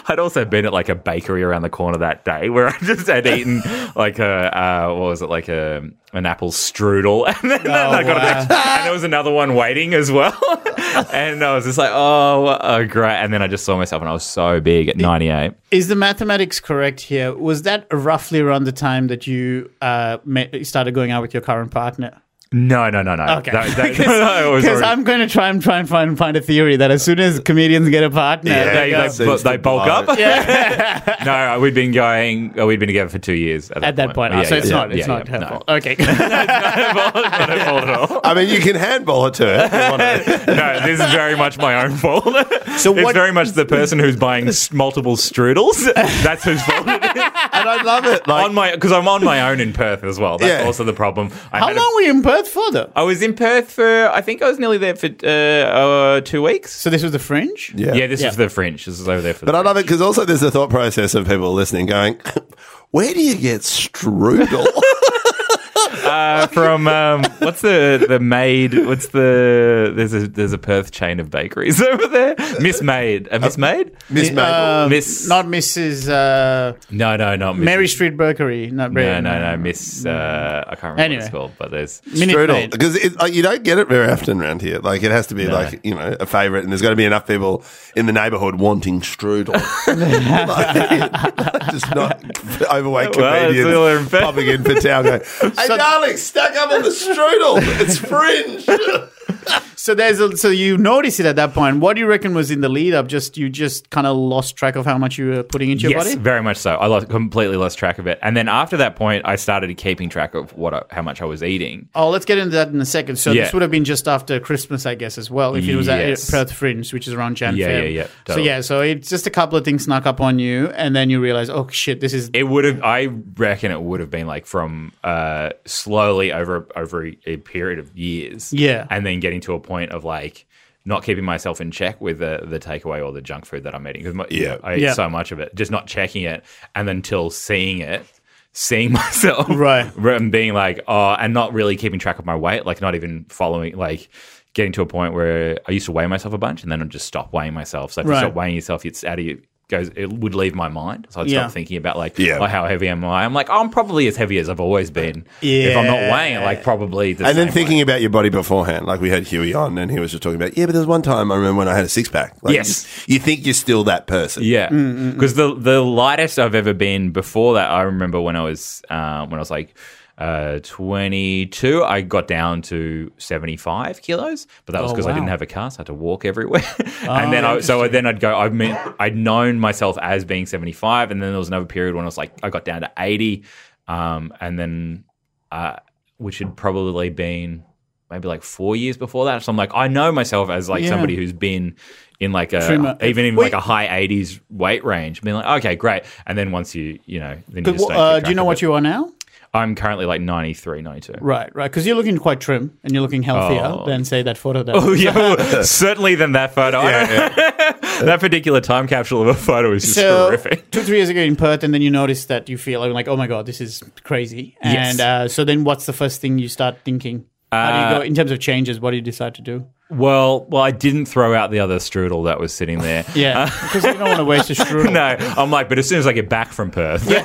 Speaker 4: I'd also been at like a bakery around the corner that day where I just had eaten like a uh, what was it like a an apple strudel, and then I got
Speaker 3: wow.
Speaker 4: an extra, and there was another one waiting as well, and I was just like, oh, oh, great. And then I just saw myself, and I was so big at ninety eight.
Speaker 3: Is the mathematics correct here? Was that roughly around the time that you uh, met, started going out with your current partner?
Speaker 4: No, no, no, no.
Speaker 3: Okay.
Speaker 4: That- that- no, it was
Speaker 3: Because
Speaker 4: already-
Speaker 3: I'm going to try and try and find find a theory that as soon as comedians get a partner,
Speaker 2: Yeah,
Speaker 3: they
Speaker 4: they,
Speaker 3: go-
Speaker 4: they,
Speaker 2: Yeah. Seems
Speaker 4: they
Speaker 2: to
Speaker 4: bulk
Speaker 2: blow.
Speaker 4: up. no, we'd been going. uh, We'd been together for two years at that
Speaker 3: at that point,
Speaker 4: Yeah,
Speaker 3: oh, so
Speaker 4: yeah,
Speaker 3: it's
Speaker 4: yeah,
Speaker 3: not it's
Speaker 4: yeah,
Speaker 3: not
Speaker 4: yeah,
Speaker 3: her
Speaker 4: no.
Speaker 3: fault. Okay,
Speaker 4: Not her fault at all.
Speaker 2: I mean, you can handball it to her. if you want to.
Speaker 4: No, this is very much my own fault. So it's
Speaker 3: what-
Speaker 4: very much the person who's buying s- multiple strudels. That's whose fault. it is.
Speaker 2: and I love it. Like
Speaker 4: on my because I'm on my own in Perth as well. That's
Speaker 2: Yeah.
Speaker 4: also the problem. I
Speaker 3: how
Speaker 4: had a-
Speaker 3: long were you in Perth for though?
Speaker 4: I was in Perth for I think I was nearly there for uh, uh, two weeks.
Speaker 3: So this was the fringe.
Speaker 4: Yeah,
Speaker 2: yeah.
Speaker 4: this
Speaker 3: Yeah.
Speaker 4: is the French. This is over there for.
Speaker 2: But
Speaker 4: the
Speaker 2: I love
Speaker 4: French.
Speaker 2: it because also there's the thought process of people listening going, "Where do you get strudel?"
Speaker 4: uh, from um, what's the the maid? What's the there's a there's a Perth chain of bakeries over there. Miss Maid, a Miss Maid?
Speaker 2: Miss Mabel.
Speaker 3: Uh,
Speaker 4: Miss-
Speaker 3: Not Mrs. Uh,
Speaker 4: No, no, not Miss
Speaker 3: Mary Street Bakery. Not Mary.
Speaker 4: No, no, no, Miss. Uh, I can't remember what
Speaker 3: Anyway.
Speaker 4: it's called, but there's
Speaker 3: Minute
Speaker 2: brutal
Speaker 3: Maid.
Speaker 2: because like, you don't get it very often around here. Like it has to be like you know a favorite, and there's got to be enough people in the neighborhood wanting strudel. like, just not overweight
Speaker 4: Well, it's
Speaker 2: comedians
Speaker 4: all in fact.
Speaker 2: popping in for town. Going, hey, darling, stack up on the strudel. It's fringe.
Speaker 3: So there's a, so you notice it at that point. What do you reckon was in the lead up? Just you just kind of lost track of how much you were putting into your
Speaker 4: yes,
Speaker 3: body.
Speaker 4: very much so. I lost, completely lost track of it, and then after that point, I started keeping track of what I, how much I was eating.
Speaker 3: Oh, let's get into that in a second. So
Speaker 4: Yeah.
Speaker 3: this would have been just after Christmas, I guess, as well. If it was
Speaker 4: Yes.
Speaker 3: at Perth Fringe, which is around Jan.
Speaker 4: Yeah,
Speaker 3: Feb.
Speaker 4: yeah, yeah.
Speaker 3: So yeah, so it's just a couple of things snuck up on you, and then you realize, oh shit, this is
Speaker 4: It would have. I reckon it would have been like from uh, slowly over over a period of years.
Speaker 3: Yeah.
Speaker 4: and then getting to a point of like not keeping myself in check with the the takeaway or the junk food that I'm eating because
Speaker 2: Yeah.
Speaker 4: I eat
Speaker 3: Yeah.
Speaker 4: so much of it, just not checking it, and until seeing it. Seeing myself,
Speaker 3: Right.
Speaker 4: and being like, oh, and not really keeping track of my weight, like not even following, like getting to a point where I used to weigh myself a bunch, and then I'd just stop weighing myself. So if you
Speaker 3: Right.
Speaker 4: stop weighing yourself, it's out of you goes, it would leave my mind. So I'd
Speaker 3: Yeah.
Speaker 4: stop thinking about like,
Speaker 2: Yeah.
Speaker 4: oh, how heavy am I? I'm like, oh, I'm probably as heavy as I've always been. If I'm not weighing, it, like probably. The
Speaker 2: and then
Speaker 4: same
Speaker 2: thinking
Speaker 4: weight.
Speaker 2: about your body beforehand, like we had Huey on, and he was just talking about, yeah, but there's one time I remember when I had a six pack. Like,
Speaker 4: Yes.
Speaker 2: you, you think you're still that person.
Speaker 4: Yeah,
Speaker 3: Mm,
Speaker 4: because the the lightest I've ever been before that, I remember when I was uh, when I was like uh, 22, I got down to 75 kilos, but that was
Speaker 3: Oh,
Speaker 4: because I didn't
Speaker 3: wow. Oh,
Speaker 4: have a car, so I had to walk everywhere. and then I, so then I'd go. I mean, I'd known myself as being 75, and then there was another period when I was like, I got down to 80, um, and then uh, which had probably been. Maybe like four years before that, so I'm like, I know myself as like
Speaker 3: Yeah.
Speaker 4: somebody who's been in like a
Speaker 3: Trimmer.
Speaker 4: even in
Speaker 3: Wait.
Speaker 4: like a high 80s weight range. Being like, okay, great. And then once you, you know, then you
Speaker 3: But,
Speaker 4: just don't
Speaker 3: uh,
Speaker 4: keep
Speaker 3: do you
Speaker 4: track
Speaker 3: know
Speaker 4: of
Speaker 3: what
Speaker 4: it.
Speaker 3: you are now?
Speaker 4: I'm currently like 93, 92.
Speaker 3: Right, right. Because you're looking quite trim and you're looking healthier
Speaker 4: Oh.
Speaker 3: than say that photo. That
Speaker 4: Oh, yeah, well, certainly than that photo. that particular time capsule of a photo is just
Speaker 3: so
Speaker 4: horrific.
Speaker 3: two three years ago in Perth, and then you notice that you feel like, oh my god, this is crazy. And
Speaker 4: Yes.
Speaker 3: uh, so then, what's the first thing you start thinking? How do you
Speaker 4: Uh,
Speaker 3: go in terms of changes? What do you decide to do?
Speaker 4: Well, well, I didn't throw out the other strudel that was sitting there.
Speaker 3: Yeah, because you don't want to waste a strudel.
Speaker 4: uh, No, I'm like, but as soon as I get back from Perth, then,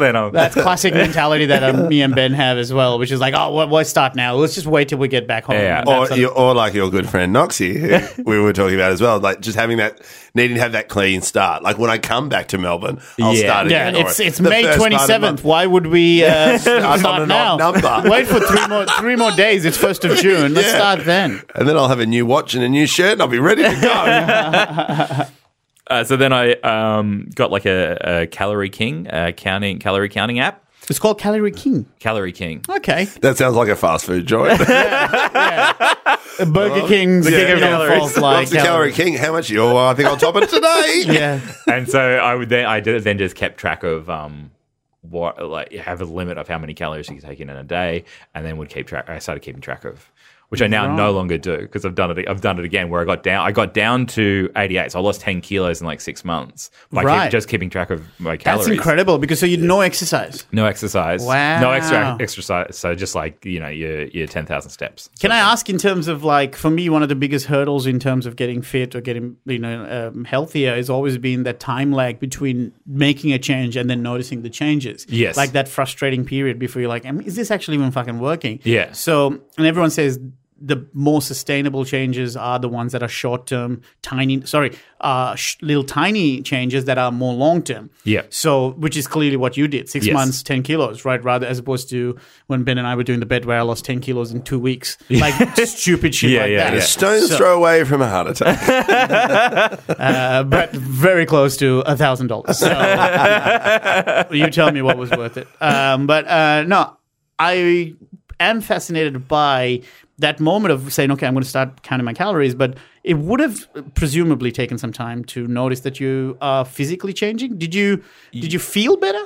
Speaker 4: then I'm.
Speaker 3: That's classic mentality that um, me and Ben have as well, which is like, oh, we'll, we'll start now. Let's just wait till we get back home.
Speaker 4: Yeah.
Speaker 3: And
Speaker 2: or,
Speaker 3: that's-
Speaker 2: your, or like your good friend Noxie, who we were talking about as well, like just having that needing to have that clean start. Like when I come back to Melbourne, I'll
Speaker 4: Yeah.
Speaker 2: start
Speaker 3: yeah,
Speaker 2: again. or
Speaker 3: it's it's
Speaker 2: the
Speaker 3: May
Speaker 2: first part
Speaker 3: twenty
Speaker 2: of the
Speaker 3: seventh.
Speaker 2: month.
Speaker 3: Why would we uh, start,
Speaker 2: on an
Speaker 3: now?
Speaker 2: odd number.
Speaker 3: Wait for three more three more days. It's first of June. Let's
Speaker 2: Yeah.
Speaker 3: start then.
Speaker 2: And then I'll have a new watch and a new shirt, and I'll be ready to go.
Speaker 4: Uh, so then I um, got like a, a Calorie King uh, counting calorie counting app.
Speaker 3: It's called Calorie King.
Speaker 4: Calorie King.
Speaker 3: Okay,
Speaker 2: that sounds like a fast food joint.
Speaker 3: Burger King.
Speaker 2: Oh.
Speaker 3: The
Speaker 2: Yeah,
Speaker 3: king of
Speaker 2: yeah.
Speaker 3: all falls like
Speaker 2: What's the calorie king? How much? Oh, I think I'll top it today.
Speaker 3: Yeah.
Speaker 4: and so I would then I did, then just kept track of um what like you have a limit of how many calories you can take in in a day, and then would keep track. I started keeping track of, which I now no longer do because I've done it. I've done it again where I got down. I got down to eighty eight, so I lost ten kilos in like six months by keep-
Speaker 3: Right.
Speaker 4: just keeping track of my calories.
Speaker 3: That's incredible because so you no exercise.
Speaker 4: No exercise.
Speaker 3: Wow.
Speaker 4: No extra exercise. So just like you know your your ten thousand steps.
Speaker 3: Can I ask in terms of like for me one of the biggest hurdles in terms of getting fit or getting you know um, healthier has always been that time lag between making a change and then noticing the changes.
Speaker 4: Yes.
Speaker 3: like that frustrating period before you're like, "Am- is this actually even fucking working?
Speaker 4: Yeah.
Speaker 3: So and everyone says the more sustainable changes are the ones that are short term, tiny. Sorry, uh, sh- little tiny changes that are more long term.
Speaker 4: Yeah.
Speaker 3: So, which is clearly what you did six
Speaker 4: Yes.
Speaker 3: months, 10 kilos, right? Rather, as opposed to when Ben and I were doing the bed where I lost 10 kilos in two weeks. Like stupid shit
Speaker 4: Yeah,
Speaker 3: like
Speaker 4: yeah,
Speaker 3: that.
Speaker 4: yeah.
Speaker 2: A stone's
Speaker 3: So-
Speaker 2: throw away from a heart attack.
Speaker 3: Uh, but very close to a $1,000. So you tell me what was worth it. Um, but uh, no, I am fascinated by that moment of saying, okay, I'm going to start counting my calories. But it would have presumably taken some time to notice that you are physically changing. Did you, did you feel better?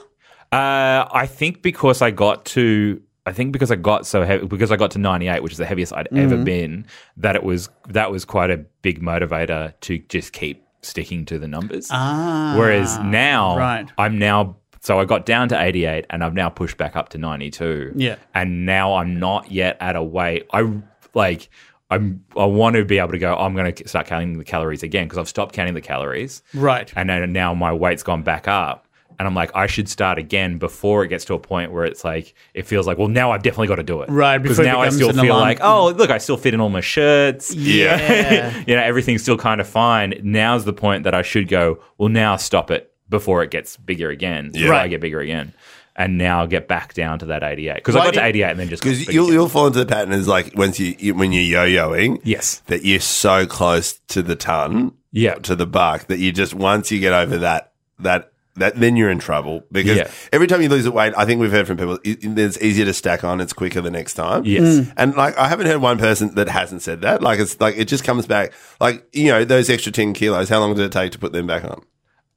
Speaker 4: Uh, I think because I got to, I think because I got so heavy, because I got to 98, which is the heaviest I'd ever
Speaker 3: Mm.
Speaker 4: been, that it was, that was quite a big motivator to just keep sticking to the numbers. Ah, Whereas now,
Speaker 3: right.
Speaker 4: I'm now So I got down to 88 and I've now pushed back up to 92.
Speaker 3: Yeah.
Speaker 4: And now I'm not yet at a weight. I like I'm I want to be able to go "Oh, I'm going to start counting the calories again because I've stopped counting the calories.
Speaker 3: Right.
Speaker 4: And then now my weight's gone back up. And I'm like, I should start again before it gets to a point where it's like it feels like, well, now I've definitely got to do it,
Speaker 3: Right,
Speaker 4: Because
Speaker 3: before it
Speaker 4: now I
Speaker 3: becomes
Speaker 4: still
Speaker 3: an
Speaker 4: feel
Speaker 3: alarm.
Speaker 4: like, oh, look, I still fit in all my shirts
Speaker 3: Yeah.
Speaker 4: you know, everything's still kind of fine. Now's the point that I should go, well, now stop it before it gets bigger again. Before
Speaker 3: Right.
Speaker 4: I get bigger again. And now get back down to that 88. Because I
Speaker 3: Why
Speaker 4: got to
Speaker 3: do-
Speaker 4: 88 and then just. got
Speaker 2: Because
Speaker 4: big
Speaker 2: you'll,
Speaker 4: again.
Speaker 2: you'll fall into the pattern is like once you, you when you're yo-yoing,
Speaker 4: Yes.
Speaker 2: that you're so close to the ton,
Speaker 4: Yeah.
Speaker 2: to the buck that you just once you get over that that that then you're in trouble because
Speaker 4: Yeah.
Speaker 2: every time you lose weight, I think we've heard from people it- it's easier to stack on, it's quicker the next time.
Speaker 4: Yes. Mm.
Speaker 2: and like I haven't heard one person that hasn't said that. Like it's like it just comes back. Like you know those extra ten kilos, how long did it take to put them back on?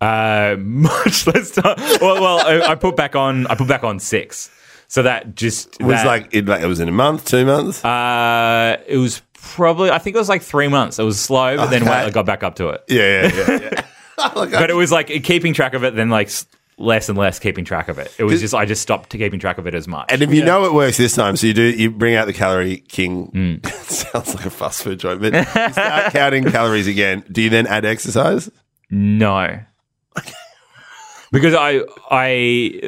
Speaker 4: Uh, much less time. Well, well I, I put back on. I put back on six. So that just.
Speaker 2: It was
Speaker 4: that-
Speaker 2: like it, like it was in a month, two months.
Speaker 4: Uh, it was probably. I think it was like three months. It was slow, but then
Speaker 2: Okay.
Speaker 4: I got back up to it.
Speaker 2: yeah, yeah, yeah. yeah. Like, I-
Speaker 4: but it was like keeping track of it, then like s- less and less keeping track of it. It was just I just stopped keeping track of it as much.
Speaker 2: And if you know it works this time, so you do, you bring out the calorie king.
Speaker 4: Mm.
Speaker 2: Sounds like a fast food joint, but you start counting calories again. Do you then add exercise?
Speaker 4: no. Because I, I,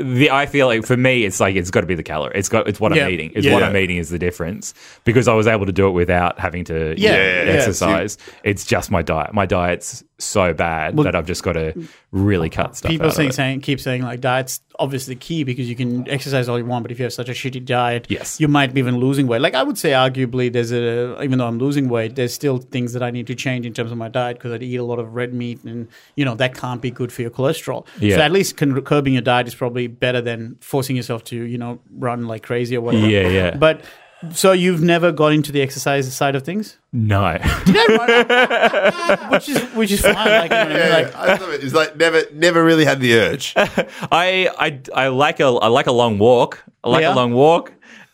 Speaker 4: the I feel like for me, it's like it's got to be the calorie. It's got it's what
Speaker 3: Yeah.
Speaker 4: I'm eating. It's
Speaker 3: Yeah.
Speaker 4: what
Speaker 2: Yeah.
Speaker 4: I'm eating is the difference. Because I was able to do it without having to
Speaker 3: Yeah. Yeah,
Speaker 4: yeah,
Speaker 3: yeah, yeah.
Speaker 4: exercise. It's just my diet. My diet's so bad that I've just got to really cut stuff.
Speaker 3: People
Speaker 4: out
Speaker 3: saying,
Speaker 4: of it.
Speaker 3: saying keep saying like diet's obviously key because you can exercise all you want, but if you have such a shitty diet,
Speaker 4: Yes.
Speaker 3: you might be even losing weight. Like I would say, arguably, there's a even though I'm losing weight, there's still things that I need to change in terms of my diet because I eat a lot of red meat, and you know that can't be good for your cholesterol.
Speaker 4: Yeah.
Speaker 3: So at least con- curbing your diet is probably better than forcing yourself to you know run like crazy or whatever.
Speaker 4: Yeah, yeah.
Speaker 3: But so you've never got into the exercise side of things,
Speaker 4: no.
Speaker 3: which is which is fine. Like, you know what I mean? like
Speaker 2: I love it. It's like never, never really had the urge.
Speaker 4: I, I I like a I like a long walk. I like
Speaker 3: Yeah.
Speaker 4: a long walk.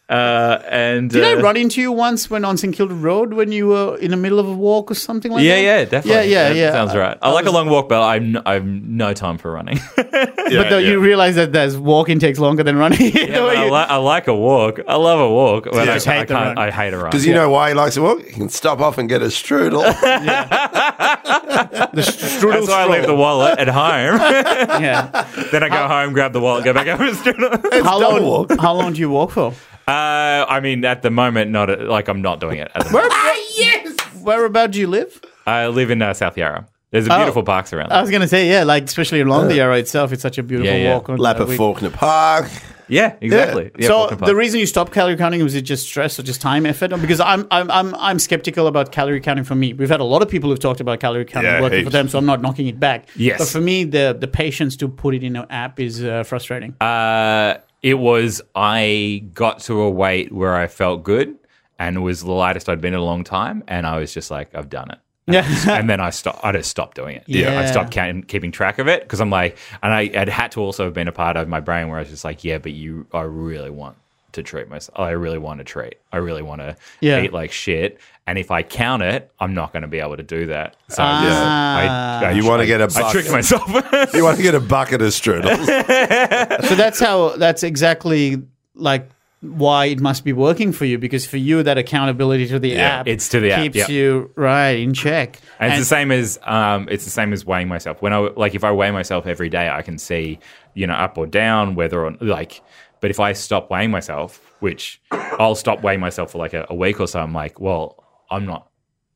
Speaker 4: Uh, and
Speaker 3: Did I
Speaker 4: uh,
Speaker 3: run into you once when on St Kilda Road when you were in the middle of a walk or something like
Speaker 4: Yeah,
Speaker 3: that?
Speaker 4: yeah, definitely.
Speaker 3: Yeah, yeah,
Speaker 4: That
Speaker 3: yeah.
Speaker 4: Sounds right. I, like a long walk, but I'm I'm no time for running.
Speaker 3: But though you realize that there's walking takes longer than running.
Speaker 4: Yeah, but I, li- I like a walk. I love a walk. But
Speaker 2: Yeah.
Speaker 4: I,
Speaker 2: Just
Speaker 4: I
Speaker 3: hate the
Speaker 4: can't.
Speaker 3: run.
Speaker 4: I hate a run.
Speaker 2: Because you know why he likes to walk? He can stop off and get a strudel.
Speaker 4: That's why I leave the wallet at home.
Speaker 3: yeah.
Speaker 4: then I
Speaker 3: Uh,
Speaker 4: go home, grab the wallet, go back up and straight on.
Speaker 3: How long?
Speaker 2: double walk.
Speaker 3: How long do you walk for?
Speaker 4: Uh, I mean, at the moment, not a, like I'm not doing it. At the moment.
Speaker 3: Where about do you live?
Speaker 4: I live in uh, South Yarra. There's
Speaker 3: Oh.
Speaker 4: a beautiful parks around.
Speaker 3: I
Speaker 4: there.
Speaker 3: was gonna say yeah, like especially along the Yarra itself, it's such a beautiful
Speaker 4: Uh, Yeah, yeah.
Speaker 3: walk. on uh,
Speaker 2: Lap
Speaker 3: the
Speaker 2: of
Speaker 3: week.
Speaker 2: Faulkner Park.
Speaker 4: yeah, exactly. Yeah,
Speaker 3: so
Speaker 4: Falcon Park.
Speaker 3: the reason you stopped calorie counting was it just stress or just time effort? Because I'm I'm I'm, I'm skeptical about calorie counting. For me, we've had a lot of people who've talked about calorie counting
Speaker 2: Yeah,
Speaker 3: working for
Speaker 2: heaps.
Speaker 3: them, so I'm not knocking it back.
Speaker 4: Yes.
Speaker 3: but for me, the the patience to put it in an app is uh, frustrating.
Speaker 4: Uh, it was I got to a weight where I felt good and was the lightest I'd been in a long time, and I was just like, I've done it. And I
Speaker 3: Yeah.
Speaker 4: just- and then I stopped. I just stopped doing it.
Speaker 3: Yeah.
Speaker 4: I stopped count, keeping track of it because I'm like, and I it had to also have been a part of my brain where I was just like, yeah, but you, I really want to treat myself. I really want to treat. I really want to
Speaker 3: Yeah.
Speaker 4: eat like shit. And if I count it, I'm not going to be able to do that. So I just-
Speaker 3: Ah.
Speaker 4: I, I,
Speaker 2: You want
Speaker 4: I-
Speaker 2: to get a
Speaker 4: I tricked
Speaker 2: bucket.
Speaker 4: myself.
Speaker 2: You want to get a bucket of strudels.
Speaker 3: so that's how that's exactly like why it must be working for you because for you that accountability to the app
Speaker 4: it's to the app,
Speaker 3: keeps
Speaker 4: yeah.
Speaker 3: you right in check
Speaker 4: And,
Speaker 3: And-
Speaker 4: it's the same as um, it's the same as weighing myself. When I like, if I weigh myself every day, I can see you know up or down, whether or like. But if I stop weighing myself, which I'll stop weighing myself for like a, a week or so, I'm like, well, I'm not.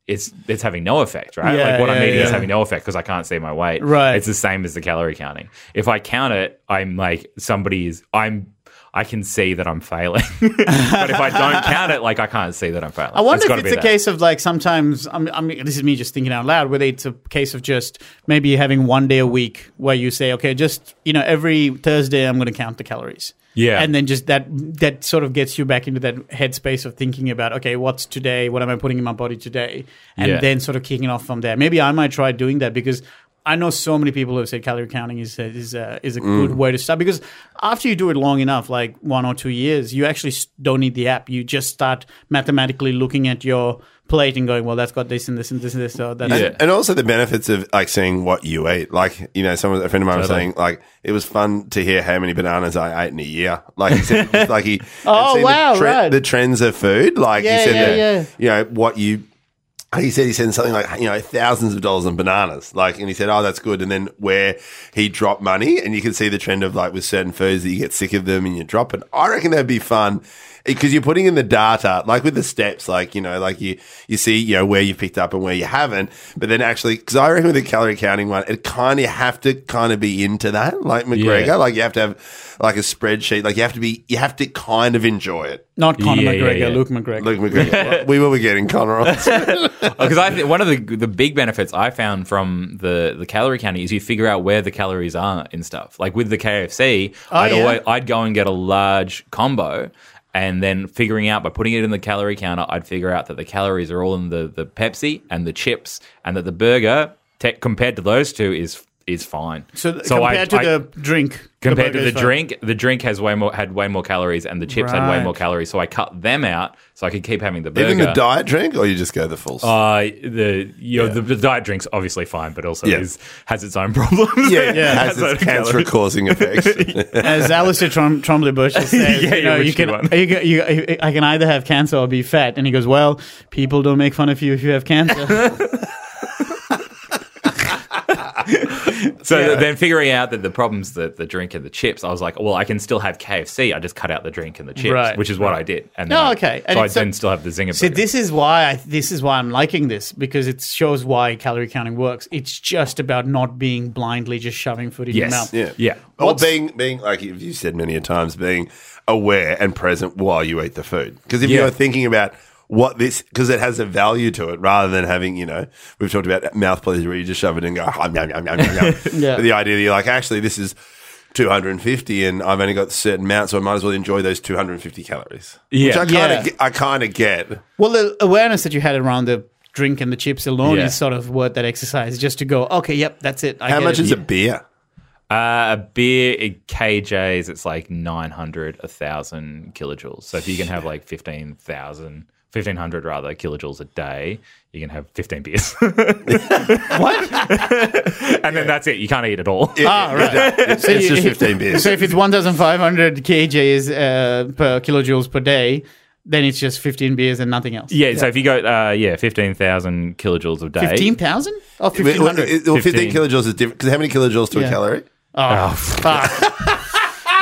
Speaker 4: It's it's having no effect, right?
Speaker 3: Yeah,
Speaker 4: like what I'm
Speaker 3: yeah,
Speaker 4: eating is
Speaker 3: yeah.
Speaker 4: having no effect because I can't see my weight.
Speaker 3: Right.
Speaker 4: It's the same as the calorie counting. If I count it, I'm like somebody is. I'm. I can see that I'm failing, but if I don't count it, like I can't see that I'm failing.
Speaker 3: I wonder if
Speaker 4: gotta
Speaker 3: it's
Speaker 4: be
Speaker 3: a
Speaker 4: that.
Speaker 3: case of like sometimes. I mean, I mean, this is me just thinking out loud. Whether it's a case of just maybe having one day a week where you say, okay, just you know, every Thursday I'm going to count the calories.
Speaker 4: Yeah.
Speaker 3: and then just that that sort of gets you back into that headspace of thinking about okay, what's today? What am I putting in my body today? And
Speaker 4: Yeah.
Speaker 3: then sort of kicking off from there. Maybe I might try doing that because I know so many people who have said calorie counting is a, is a, is a
Speaker 4: Mm.
Speaker 3: good way to start because after you do it long enough, like one or two years, you actually s- don't need the app. You just start mathematically looking at your plate and going, well, that's got this and this and this and this. So that's
Speaker 4: Yeah.
Speaker 2: And also the benefits of like seeing what you eat. Like, you know, someone, a friend of mine was
Speaker 4: Totally.
Speaker 2: saying, like, it was fun to hear how many bananas I ate in a year. Like, he said, it's like he,
Speaker 3: Oh,
Speaker 2: and seeing
Speaker 3: wow,
Speaker 2: the, tre-
Speaker 3: right.
Speaker 2: the trends of food. Like,
Speaker 3: Yeah,
Speaker 2: he said
Speaker 3: yeah,
Speaker 2: that,
Speaker 3: yeah.
Speaker 2: you know, what you, he said he sent something like, you know, thousands of dollars on bananas. Like, and he said, oh, that's good. And then where he dropped money, and you can see the trend of like with certain foods that you get sick of them and you drop it. I reckon that'd be fun because you're putting in the data, like with the steps, like, you know, like you, you see, you know, where you picked up and where you haven't. But then actually, because I reckon with the calorie counting one, it kind of have to kind of be into that, like McGregor.
Speaker 4: Yeah.
Speaker 2: Like, you have to have like a spreadsheet. Like, you have to be, you have to kind of enjoy it.
Speaker 3: not Conor
Speaker 4: Yeah, yeah,
Speaker 3: McGregor,
Speaker 4: yeah.
Speaker 3: Luke McGregor.
Speaker 2: Luke McGregor. we will be getting Connor on.
Speaker 4: Because Oh, I think one of the the big benefits I found from the the calorie counting is you figure out where the calories are and stuff. Like with the KFC, I'd
Speaker 3: Oh, yeah.
Speaker 4: always, I'd go and get a large combo. And then figuring out by putting it in the calorie counter, I'd figure out that the calories are all in the, the Pepsi and the chips, and that the burger, te- compared to those two, is is fine.
Speaker 3: So, th-
Speaker 4: I-
Speaker 3: compared to
Speaker 4: I-
Speaker 3: the drink, the
Speaker 4: compared to
Speaker 3: burger
Speaker 4: the
Speaker 3: is fine.
Speaker 4: drink, the drink has way more had way more calories, and the chips had way
Speaker 3: Right.
Speaker 4: more calories. So I cut them out so I could keep having the burger.
Speaker 2: Even the diet drink, or you just go the full.
Speaker 4: Uh, the you know, the, the diet drink's obviously fine, but also
Speaker 2: Yeah.
Speaker 4: is, has its own problems.
Speaker 2: yeah, yeah,
Speaker 4: Has
Speaker 2: has
Speaker 4: its own
Speaker 2: its cancer
Speaker 4: calories.
Speaker 2: causing effects.
Speaker 3: As Alistair Trom- Trombley Bush says,
Speaker 4: Yeah,
Speaker 3: you know,
Speaker 4: yeah,
Speaker 3: you
Speaker 4: which
Speaker 3: can,
Speaker 4: one?
Speaker 3: you can- you- I- I can either have cancer or be fat. And he goes, well, people don't make fun of you if you have cancer.
Speaker 4: So th- then figuring out that the problems that the drink and the chips, I was like, well, I can still have KFC. I just cut out the drink and the chips,
Speaker 3: Right.
Speaker 4: which is what I did. And
Speaker 3: No,
Speaker 4: then I-
Speaker 3: okay. And
Speaker 4: so I
Speaker 3: it's a-
Speaker 4: then still have the zinger.
Speaker 3: See,
Speaker 4: burger.
Speaker 3: this is why I, this is why I'm liking this because it shows why calorie counting works. It's just about not being blindly just shoving food in your
Speaker 4: yes,
Speaker 3: mouth.
Speaker 2: Yeah,
Speaker 4: yeah.
Speaker 2: Or being being like if you said many a times, being aware and present while you eat the food. Because if
Speaker 4: Yeah.
Speaker 2: you're thinking about what this, because it has a value to it, rather than having you know we've talked about mouth pleasure where you just shove it and go yum yum yum yum yum. yum.
Speaker 3: Yeah.
Speaker 2: But the idea that you're like actually this is. 250 and I've only got a certain amount so I might as well enjoy those 250 calories. Which
Speaker 4: Yeah.
Speaker 2: I kind
Speaker 3: Yeah.
Speaker 2: of I kind of get.
Speaker 3: Well, the awareness that you had around the drink and the chips alone
Speaker 4: Yeah.
Speaker 3: is sort of worth that exercise just to go, okay, yep, that's it. I
Speaker 2: How
Speaker 3: get
Speaker 2: much
Speaker 3: it.
Speaker 2: is a beer?
Speaker 4: Uh, a beer in KJs, it's like 900, 1,000 kilojoules. So if you can have like 15,000, 1,500 rather kilojoules a day, you can have 15 beers. and
Speaker 3: what?
Speaker 4: then that's it. You can't eat at all.
Speaker 2: Ah, right. It's, it's just 15 beers.
Speaker 3: So if it's 1,500 kJs uh, per kilojoules per day, then it's just 15 beers and nothing else.
Speaker 4: Yeah, so if you go, uh, yeah, 15,000 kilojoules a day.
Speaker 3: 15,000 or
Speaker 2: Wait, what-
Speaker 3: 1,500?
Speaker 2: it- well, 15
Speaker 4: 15.
Speaker 2: kilojoules is different. Because how many kilojoules to
Speaker 3: Yeah.
Speaker 2: a calorie?
Speaker 4: Oh,
Speaker 3: Fuck.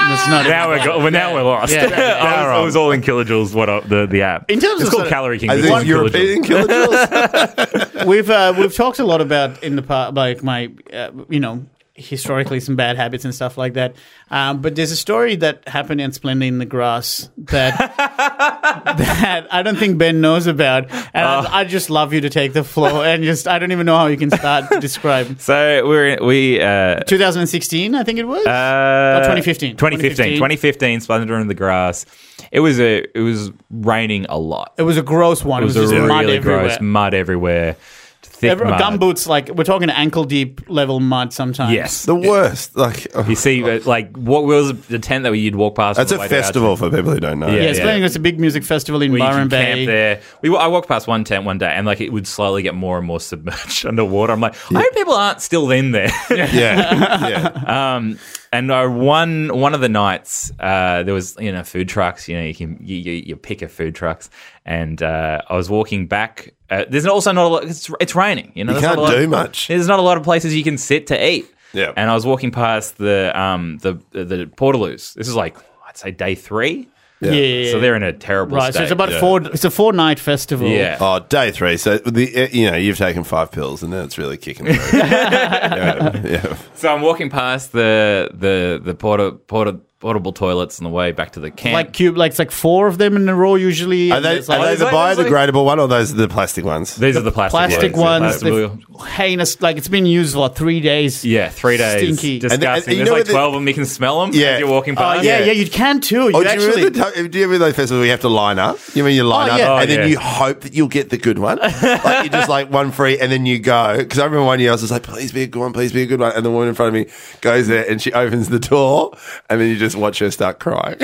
Speaker 3: That's not
Speaker 4: now we're, go- well, now we're lost.
Speaker 3: Yeah.
Speaker 4: I, was, I was all in kilojoules, what I, the, the app.
Speaker 3: In terms
Speaker 4: it's
Speaker 3: of
Speaker 4: called
Speaker 3: sort of-
Speaker 4: Calorie King.
Speaker 2: I
Speaker 4: but
Speaker 2: think
Speaker 4: it's in
Speaker 2: you're
Speaker 4: kilojoules.
Speaker 2: repeating kilojoules.
Speaker 3: we've uh, we've talked a lot about in the past, like my, uh, you know, historically some bad habits and stuff like that. Um, but there's a story that happened in Splendid in the Grass that that I don't think Ben knows about, and
Speaker 4: Oh.
Speaker 3: I'd, I'd just love you to take the floor and just I don't even know how you can start to describe.
Speaker 4: So we're, in- we, uh,
Speaker 3: 2016, I think it was.
Speaker 4: Uh,
Speaker 3: 2015.
Speaker 4: 2015. 2015. Splendor in the Grass. It was a. It was raining a lot.
Speaker 3: it was a gross one. It was,
Speaker 4: a
Speaker 3: just mud
Speaker 4: really
Speaker 3: everywhere.
Speaker 4: gross mud everywhere. Thick
Speaker 3: Every-
Speaker 4: mud.
Speaker 3: Gumboots, like we're talking ankle deep level mud sometimes.
Speaker 4: Yes.
Speaker 2: the worst. Like oh,
Speaker 4: You see, uh, like what was the tent that you'd walk past? on
Speaker 2: that's
Speaker 4: the
Speaker 2: a
Speaker 4: way to our
Speaker 2: festival for people who don't know.
Speaker 4: Yeah.
Speaker 3: Yeah, Splendid was a big music festival in
Speaker 4: where you
Speaker 3: Byron
Speaker 4: can camp
Speaker 3: Bay.
Speaker 4: there. We, I walked past one tent one day, and like it would slowly get more and more submerged underwater. I'm like, I hope people aren't still in there.
Speaker 2: yeah, yeah.
Speaker 4: um, and uh, one one of the nights, uh, there was you know food trucks. You know, you can you, you, you pick a food trucks, and uh, I was walking back. Uh, there's also not a lot. It's, it's raining. You know,
Speaker 2: You
Speaker 4: there's not
Speaker 2: can't
Speaker 4: a lot-
Speaker 2: do much.
Speaker 4: There's not a lot of places you can sit to eat.
Speaker 2: Yeah.
Speaker 4: And I was walking past the um the the Portaloos. This is like I'd say day three.
Speaker 3: Yeah. yeah,
Speaker 4: So
Speaker 3: yeah.
Speaker 4: they're in a terrible
Speaker 3: right.
Speaker 4: state.
Speaker 3: So it's about
Speaker 2: Yeah.
Speaker 3: four. It's a four night festival.
Speaker 4: yeah.
Speaker 2: Oh, day three. So the uh, you know you've taken five pills and then it's really kicking. Through. yeah, yeah.
Speaker 4: So I'm walking past the the the porta porta portable toilets on the way back to the camp.
Speaker 3: like cube, like it's like four of them in a row usually.
Speaker 2: Are
Speaker 3: and
Speaker 2: they,
Speaker 3: it's like-
Speaker 2: are they the
Speaker 4: Those are the-
Speaker 2: biodegradable one or those are the plastic ones?
Speaker 4: these are the plastic,
Speaker 3: plastic ones,
Speaker 4: ones. The
Speaker 3: the
Speaker 4: plastic wheel.
Speaker 3: heinous. Like it's been used for like, three days.
Speaker 4: yeah, three days.
Speaker 3: Stinky.
Speaker 4: Disgusting.
Speaker 2: And- and you
Speaker 4: There's
Speaker 2: know
Speaker 4: like
Speaker 2: the-
Speaker 4: 12 of them. You can smell them
Speaker 2: Yeah.
Speaker 4: as you're walking
Speaker 3: Oh
Speaker 4: past.
Speaker 3: yeah,
Speaker 2: yeah.
Speaker 3: yeah, You can too. You
Speaker 2: Oh, do you
Speaker 3: actually.
Speaker 2: remember the time, do you remember those festivals where you have to line up? You mean you line
Speaker 3: Oh,
Speaker 2: up
Speaker 3: yeah.
Speaker 2: and
Speaker 4: Oh,
Speaker 2: then
Speaker 4: yeah.
Speaker 2: you hope that you'll get the good one? like you just like one free and then you go. Because I remember one year I was just like, please be a good one, please be a good one. And the woman in front of me goes there and she opens the door and then you just watch her start crying.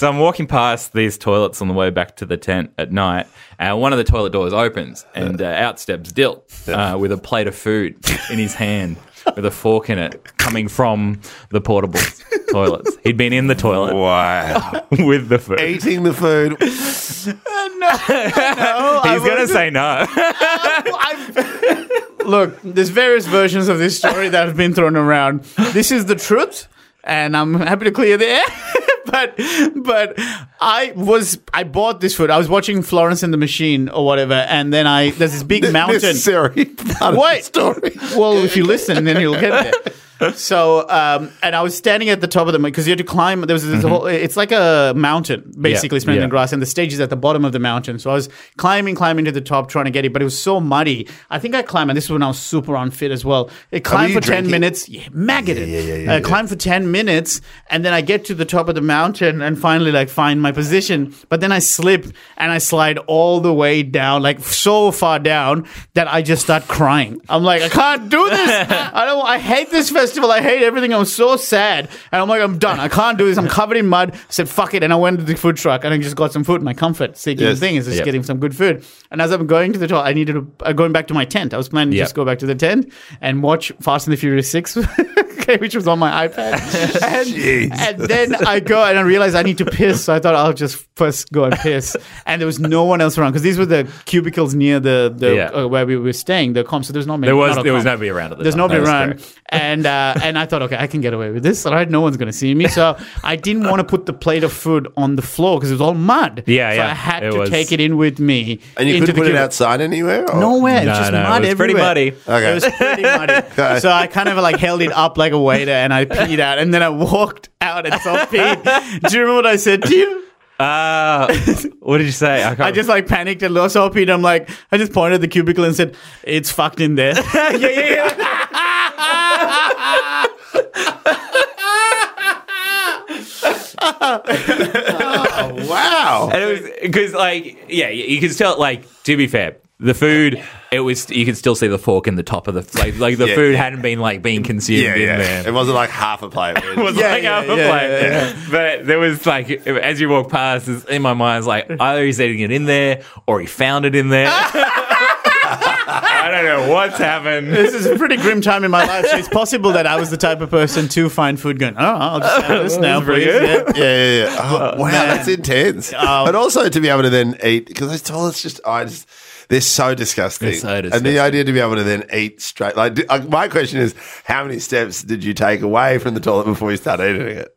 Speaker 4: So I'm walking past these toilets on the way back to the tent at night, and one of the toilet doors opens, and uh, out steps Dill uh, with a plate of food in his hand with a fork in it coming from the portable toilets. He'd been in the toilet
Speaker 2: wow.
Speaker 4: with the food.
Speaker 2: Eating the food.
Speaker 4: He's going to say no.
Speaker 3: Look, there's various versions of this story that have been thrown around. This is the truth, and I'm happy to clear the air. but but I was I bought this food. I was watching Florence and the Machine or whatever, and then I there's this big mountain.
Speaker 2: Necessary part
Speaker 3: Wait.
Speaker 2: of the story.
Speaker 3: Well, if you listen, then you'll get there. So, um, and I was standing at the top of the because you had to climb. There was this whole. It's like a mountain, basically,
Speaker 4: Yeah,
Speaker 3: spinning
Speaker 4: yeah.
Speaker 3: the grass, and the stage is at the bottom of the mountain. So I was climbing, climbing to the top, trying to get it, but it was so muddy. I think I climbed, and this is when I was super unfit as well. It climbed
Speaker 2: you
Speaker 3: for ten
Speaker 2: drinking?
Speaker 3: minutes. Yeah, maggoted. Uh, I climbed for ten minutes, and then I get to the top of the mountain, and finally, like, find my position. But then I slip, and I slide all the way down, like so far down that I just start crying. I'm like, I can't do this. I don't. I hate this festival. I hate everything. I'm so sad, and I'm like, I'm done. I can't do this. I'm covered in mud. I said, fuck it, and I went to the food truck, and I just got some food. My comfort seeking
Speaker 2: Yes.
Speaker 3: thing is just
Speaker 4: Yep.
Speaker 3: getting some good food. And as I'm going to the toilet, I needed to, uh, going back to my tent. I was planning to
Speaker 4: Yep.
Speaker 3: just go back to the tent and watch Fast and the Furious Six, okay, which was on my iPad. and,
Speaker 2: Jeez.
Speaker 3: and then I go and I realize I need to piss. So I thought I'll just first go and piss. And there was no one else around because these were the cubicles near the, the
Speaker 4: Yeah.
Speaker 3: uh, where we were staying, the comp. So there's not many.
Speaker 4: There was-
Speaker 3: not a
Speaker 4: there was
Speaker 3: comp.
Speaker 4: nobody around at the
Speaker 3: There's
Speaker 4: time.
Speaker 3: nobody
Speaker 4: That was
Speaker 3: around,
Speaker 4: correct.
Speaker 3: and uh, and I thought, okay, I can get away with this. All right, no one's going to see me. So I didn't want to put the plate of food on the floor because it was all mud.
Speaker 4: Yeah,
Speaker 3: so
Speaker 4: yeah,
Speaker 3: I had
Speaker 4: it
Speaker 3: to
Speaker 4: was-
Speaker 3: take it in with me.
Speaker 2: And you couldn't
Speaker 3: into the
Speaker 2: put it
Speaker 3: cubicle.
Speaker 2: outside anywhere? or-
Speaker 3: Nowhere.
Speaker 4: No,
Speaker 3: it's just
Speaker 4: no, it
Speaker 3: mud
Speaker 4: was pretty
Speaker 3: everywhere.
Speaker 4: muddy.
Speaker 2: Okay.
Speaker 3: It was pretty muddy. So I kind of like held it up like a waiter and I peed out and then I walked out and saw peed. Do you remember what I said to you?
Speaker 4: Uh, what did you say? can't
Speaker 3: I just like panicked and saw peed. I'm like, I just pointed at the cubicle and said, it's fucked in there. yeah, yeah, yeah.
Speaker 2: Oh, Wow.
Speaker 4: And it was because, like, yeah, you you could tell. Like, to be fair, the food it was you could still see the fork in the top of the like, like the
Speaker 2: Yeah.
Speaker 4: food hadn't been like being consumed
Speaker 2: Yeah,
Speaker 4: in
Speaker 2: yeah.
Speaker 4: there.
Speaker 2: It wasn't like half a plate. It
Speaker 4: was like half a plate. But there was like, as you walk past, it's- in my mind, it's like either he's eating it in there or he found it in there. I don't know what's happened.
Speaker 3: This is a pretty grim time in my life. So it's possible that I was the type of person to find food going, oh, I'll just have this now,
Speaker 4: pretty
Speaker 3: please.
Speaker 4: good.
Speaker 3: Yeah.
Speaker 2: Yeah, yeah, yeah. Oh, wow, that's intense.
Speaker 3: Um,
Speaker 2: and also to be able to then eat because those toilets just, I just, they're so disgusting.
Speaker 4: They're so
Speaker 2: And
Speaker 4: disgusting.
Speaker 2: the idea to be able to then eat straight, like, d- like my question is, how many steps did you take away from the toilet before you started eating it?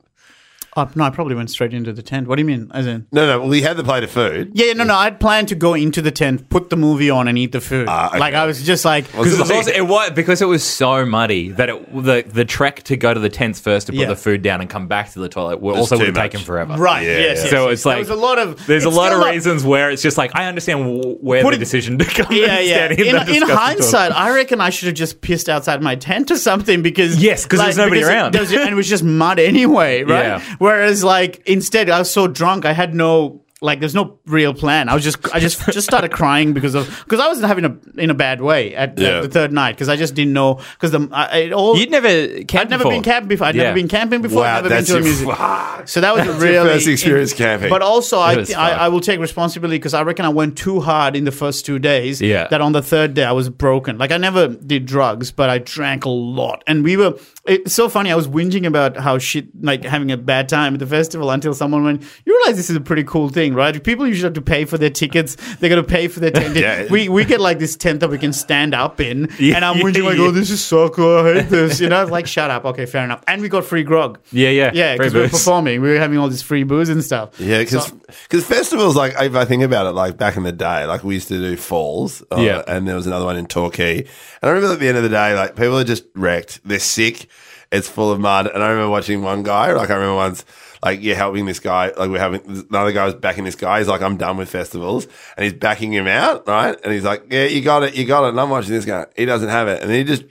Speaker 3: Oh, no, I probably went straight into the tent. What do you mean? As in?
Speaker 2: No, no. Well, you had the plate of food.
Speaker 3: Yeah, no, no. I'd planned to go into the tent, put the movie on, and eat the food.
Speaker 2: okay.
Speaker 3: Like I was just like,
Speaker 4: Because it was also, it was because it was so muddy that it, the the trek to go to the tents first to put
Speaker 3: Yeah.
Speaker 4: the food down and come back to the toilet were
Speaker 2: It's
Speaker 4: also would have
Speaker 2: too much.
Speaker 4: taken forever.
Speaker 3: right.
Speaker 2: Yeah,
Speaker 3: yes,
Speaker 2: yeah.
Speaker 3: yes,
Speaker 4: So
Speaker 3: yes.
Speaker 4: it's like
Speaker 3: there was a lot of.
Speaker 4: There's a
Speaker 3: it's
Speaker 4: lot
Speaker 3: still
Speaker 4: of
Speaker 3: not-
Speaker 4: reasons where it's just like I understand w- where
Speaker 3: Put
Speaker 4: the
Speaker 3: it-
Speaker 4: decision to come.
Speaker 3: Yeah, yeah.
Speaker 4: In,
Speaker 3: In,
Speaker 4: the
Speaker 3: in
Speaker 4: disgusting
Speaker 3: hindsight,
Speaker 4: toilet.
Speaker 3: I reckon I should have just pissed outside my tent or something because
Speaker 4: Yes, 'cause there was nobody
Speaker 3: because
Speaker 4: around.
Speaker 3: there was- and it was just mud anyway, right?
Speaker 4: Yeah.
Speaker 3: Whereas like instead, I was so drunk, I had no. Like there's no real plan. I was just I just just started crying because of because I was having a in a bad way at, at
Speaker 2: Yeah.
Speaker 3: the third night because I just didn't know because the I, it all
Speaker 4: you'd never. Camped
Speaker 3: I'd never been camping before. I'd
Speaker 4: Yeah.
Speaker 3: never been camping before.
Speaker 2: Wow,
Speaker 3: I'd never been
Speaker 2: that's
Speaker 3: to a
Speaker 2: your-
Speaker 3: music. So that was a really
Speaker 2: first experience camping.
Speaker 3: But also, I,
Speaker 4: was
Speaker 3: thi- I
Speaker 4: fucked.
Speaker 3: I will take responsibility because I reckon I went too hard in the first two days.
Speaker 4: Yeah.
Speaker 3: That on the third day I was broken. Like I never did drugs, but I drank a lot, and we were. It's so funny. I was whinging about how shit, like having a bad time at the festival, until someone went, "You realize this is a pretty cool thing, right? People usually have to pay for their tickets. They're gonna pay for their tent.
Speaker 2: Yeah.
Speaker 3: We we get like this tent that we can stand up in,
Speaker 4: Yeah,
Speaker 3: and I'm
Speaker 4: yeah,
Speaker 3: whinging like,
Speaker 4: yeah.
Speaker 3: "Oh, this is so cool. I hate this." You know, like shut up. Okay, fair enough. And we got free grog.
Speaker 4: Yeah, yeah.
Speaker 3: yeah.
Speaker 4: Free
Speaker 3: Because we were
Speaker 4: booze.
Speaker 3: performing, we were having all this free booze and stuff.
Speaker 2: Yeah, because festivals, like if I think about it, like back in the day, like we used to do falls, uh,
Speaker 4: Yeah.
Speaker 2: and there was another one in Torquay, and I remember at the end of the day, like people are just wrecked, they're sick, It's full of mud. And I remember watching one guy, like I remember once, like you're helping this guy, like we're having another guy was backing this guy. He's like, I'm done with festivals, and he's backing him out, right? And he's like, Yeah, you got it, you got it. And I'm watching this guy. He doesn't have it, and he just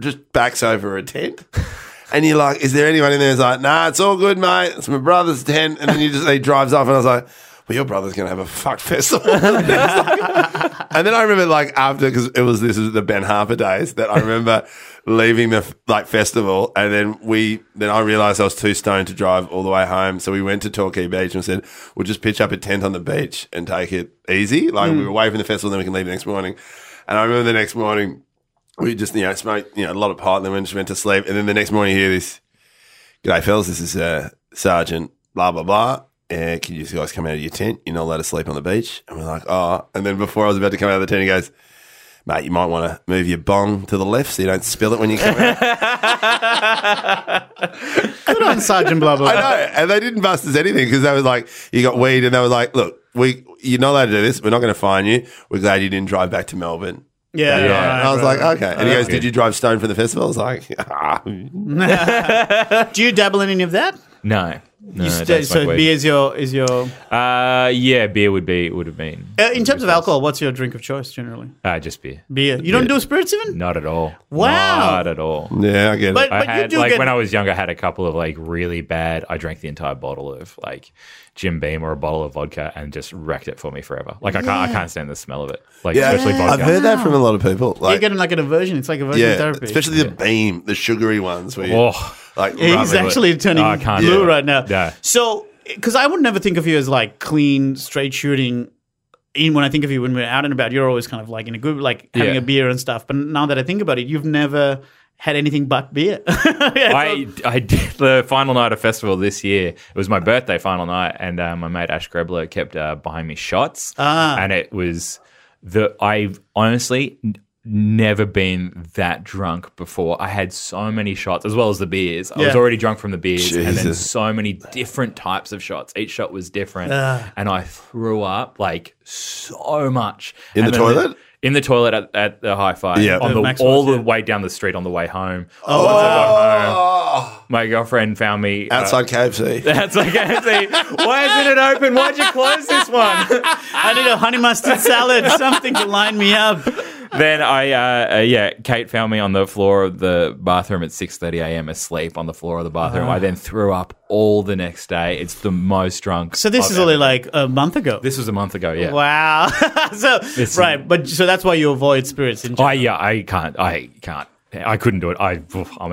Speaker 2: just backs over a tent. And you're like, is there anyone in there? It's like, nah, it's all good, mate. It's my brother's tent. And then you just he drives off, and I was like, well, your brother's gonna have a fuck festival. And then I remember, like, after, because it was this is the Ben Harper days, that I remember leaving the like festival. And then we, then I realized I was too stoned to drive all the way home. So we went to Torquay Beach and said, we'll just pitch up a tent on the beach and take it easy. Like, we were away from the festival, then we can leave the next morning. And I remember the next morning, we just, you know, smoked, you know, a lot of pot and then we just went to sleep. And then the next morning, you hear this, G'day, fellas. This is uh, Sergeant blah, blah, blah. Uh, can you guys come out of your tent? You're not allowed to sleep on the beach. And we're like, oh. And then before I was about to come out of the tent, he goes, mate, you might want to move your bong to the left so you don't spill it when you come out.
Speaker 3: Good on Sergeant Blah
Speaker 2: I
Speaker 3: Blah.
Speaker 2: know. And they didn't bust us anything because they was like, you got weed. And they were like, look, we you're not allowed to do this. We're not going to fine you. We're glad you didn't drive back to Melbourne.
Speaker 3: Yeah,
Speaker 2: And
Speaker 3: right,
Speaker 2: I was
Speaker 3: right.
Speaker 2: like, okay. And he goes,
Speaker 4: good.
Speaker 2: did you drive stone from the festival? I was like, ah.
Speaker 3: do you dabble in any of that?
Speaker 4: No, no,
Speaker 3: You
Speaker 4: I
Speaker 3: st-
Speaker 4: don't smoke
Speaker 3: so
Speaker 4: weed.
Speaker 3: beer is your is your. Uh,
Speaker 4: Uh, yeah, beer would be would have been
Speaker 3: in terms of alcohol, what's your drink of choice generally?
Speaker 4: uh, just beer.
Speaker 3: Beer. You don't do spirits even.
Speaker 4: Not at all.
Speaker 3: Wow.
Speaker 4: Not at all.
Speaker 2: yeah, I get
Speaker 3: But,
Speaker 2: it.
Speaker 4: I
Speaker 3: but you
Speaker 4: had
Speaker 3: do
Speaker 4: like
Speaker 3: get
Speaker 4: when I was younger, I had a couple of like really bad. I drank the entire bottle of like Jim Beam or a bottle of vodka and just wrecked it for me forever. Like I can't, I can't stand the smell of it. Like
Speaker 2: Yeah,
Speaker 4: especially
Speaker 2: I've
Speaker 4: vodka.
Speaker 2: heard that from a lot of people.
Speaker 3: you're
Speaker 2: Like,
Speaker 3: getting like an aversion. It's like aversion
Speaker 2: yeah,
Speaker 3: therapy.
Speaker 2: especially the beam, the sugary ones. Where you,
Speaker 4: oh,
Speaker 2: like, rub
Speaker 3: He's
Speaker 2: it.
Speaker 3: actually turning
Speaker 4: Oh, I can't
Speaker 3: blue
Speaker 4: do it.
Speaker 3: right now.
Speaker 4: Yeah.
Speaker 3: So, because I would never think of you as like clean, straight shooting. Even when I think of you when we're out and about, you're always kind of like in a group, like having
Speaker 4: Yeah.
Speaker 3: a beer and stuff. But now that I think about it, you've never had anything but beer. Yeah, so-
Speaker 4: I, I did the final night of festival this year. It was my birthday final night, and uh, my mate Ash Grebler kept uh, buying me shots, and it was the I've honestly n- never been that drunk before. I had so many shots as well as the beers. I was
Speaker 3: Yeah.
Speaker 4: already drunk from the beers, and then
Speaker 2: Jesus.
Speaker 4: so many different types of shots. Each shot was different, and I threw up like so much
Speaker 2: In
Speaker 4: And
Speaker 2: the
Speaker 4: then
Speaker 2: toilet?
Speaker 4: in the toilet at, at the high five,
Speaker 2: Yeah.
Speaker 4: on
Speaker 2: At
Speaker 4: the,
Speaker 3: Maxwell's,
Speaker 4: all the
Speaker 3: yeah.
Speaker 4: way down the street on the way home. Once I got home,
Speaker 2: Oh,
Speaker 4: my girlfriend found me uh,
Speaker 2: outside KFC.
Speaker 4: That's like KFC. Why isn't it open? Why'd you close this one?
Speaker 3: I need a honey mustard salad, something to line me up.
Speaker 4: then I, uh, uh, yeah, Kate found me on the floor of the bathroom at six thirty a.m. asleep on the floor of the bathroom.
Speaker 3: Ah.
Speaker 4: I then threw up all the next day. It's the most drunk.
Speaker 3: So this
Speaker 4: I've
Speaker 3: is only
Speaker 4: ever-
Speaker 3: like a month ago.
Speaker 4: Oh, this was a month ago. Yeah.
Speaker 3: Wow. so
Speaker 4: This-
Speaker 3: right, but so that's why you avoid spirits in
Speaker 4: I
Speaker 3: general.
Speaker 4: yeah. I can't. I can't. I couldn't do it. Oh, I I'm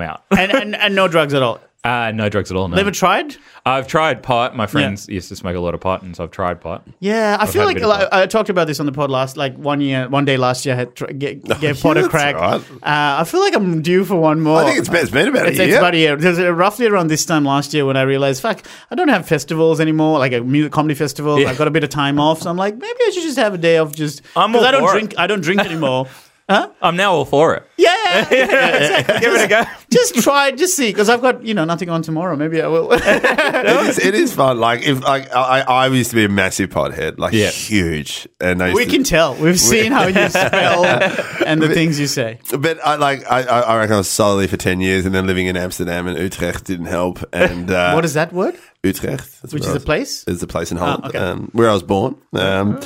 Speaker 4: out.
Speaker 3: and, and and no drugs at all.
Speaker 4: Uh, no drugs at all. No.
Speaker 3: Never tried.
Speaker 4: I've tried pot. My friends used to smoke a lot of pot, and so I've tried pot.
Speaker 3: Yeah, I feel
Speaker 4: had a
Speaker 3: like,
Speaker 4: bit of
Speaker 3: like
Speaker 4: both.
Speaker 3: I talked about this on the pod last, like one year, one day last year, I had tr- gave, gave pot a
Speaker 2: that's
Speaker 3: crack.
Speaker 2: all right.
Speaker 3: Uh, I feel like I'm due for one more.
Speaker 2: I think it's been, it's been about
Speaker 3: It's,
Speaker 2: a
Speaker 3: it's
Speaker 2: year.
Speaker 3: about a year. It was uh, roughly around this time last year when I realized, fuck, I don't have festivals anymore, like a music comedy festival.
Speaker 4: Yeah.
Speaker 3: I've got a bit of time off, so I'm like, maybe I should just have a day off. Just
Speaker 4: I'm
Speaker 3: because
Speaker 4: all
Speaker 3: I don't
Speaker 4: for it.
Speaker 3: drink. I don't drink anymore.
Speaker 4: I'm now all for it.
Speaker 3: yeah,
Speaker 4: Give it a go.
Speaker 3: just try, just see, because I've got you know nothing on tomorrow. Maybe I will.
Speaker 2: it, is, it is fun. Like if like I, I I used to be a massive pothead, like
Speaker 4: Yeah.
Speaker 2: huge, and I used
Speaker 3: we
Speaker 2: to-
Speaker 3: can tell. We've seen how you spell and the things you say.
Speaker 2: But I like I, I I reckon I was solely for ten years, and then living in Amsterdam and Utrecht didn't help. And uh,
Speaker 3: What is that word?
Speaker 2: Utrecht, that's where
Speaker 3: Which is
Speaker 2: I
Speaker 3: a
Speaker 2: was-
Speaker 3: place?
Speaker 2: Is the place in Holland,
Speaker 3: Oh, okay. Oh.
Speaker 2: um, where I was born. Um,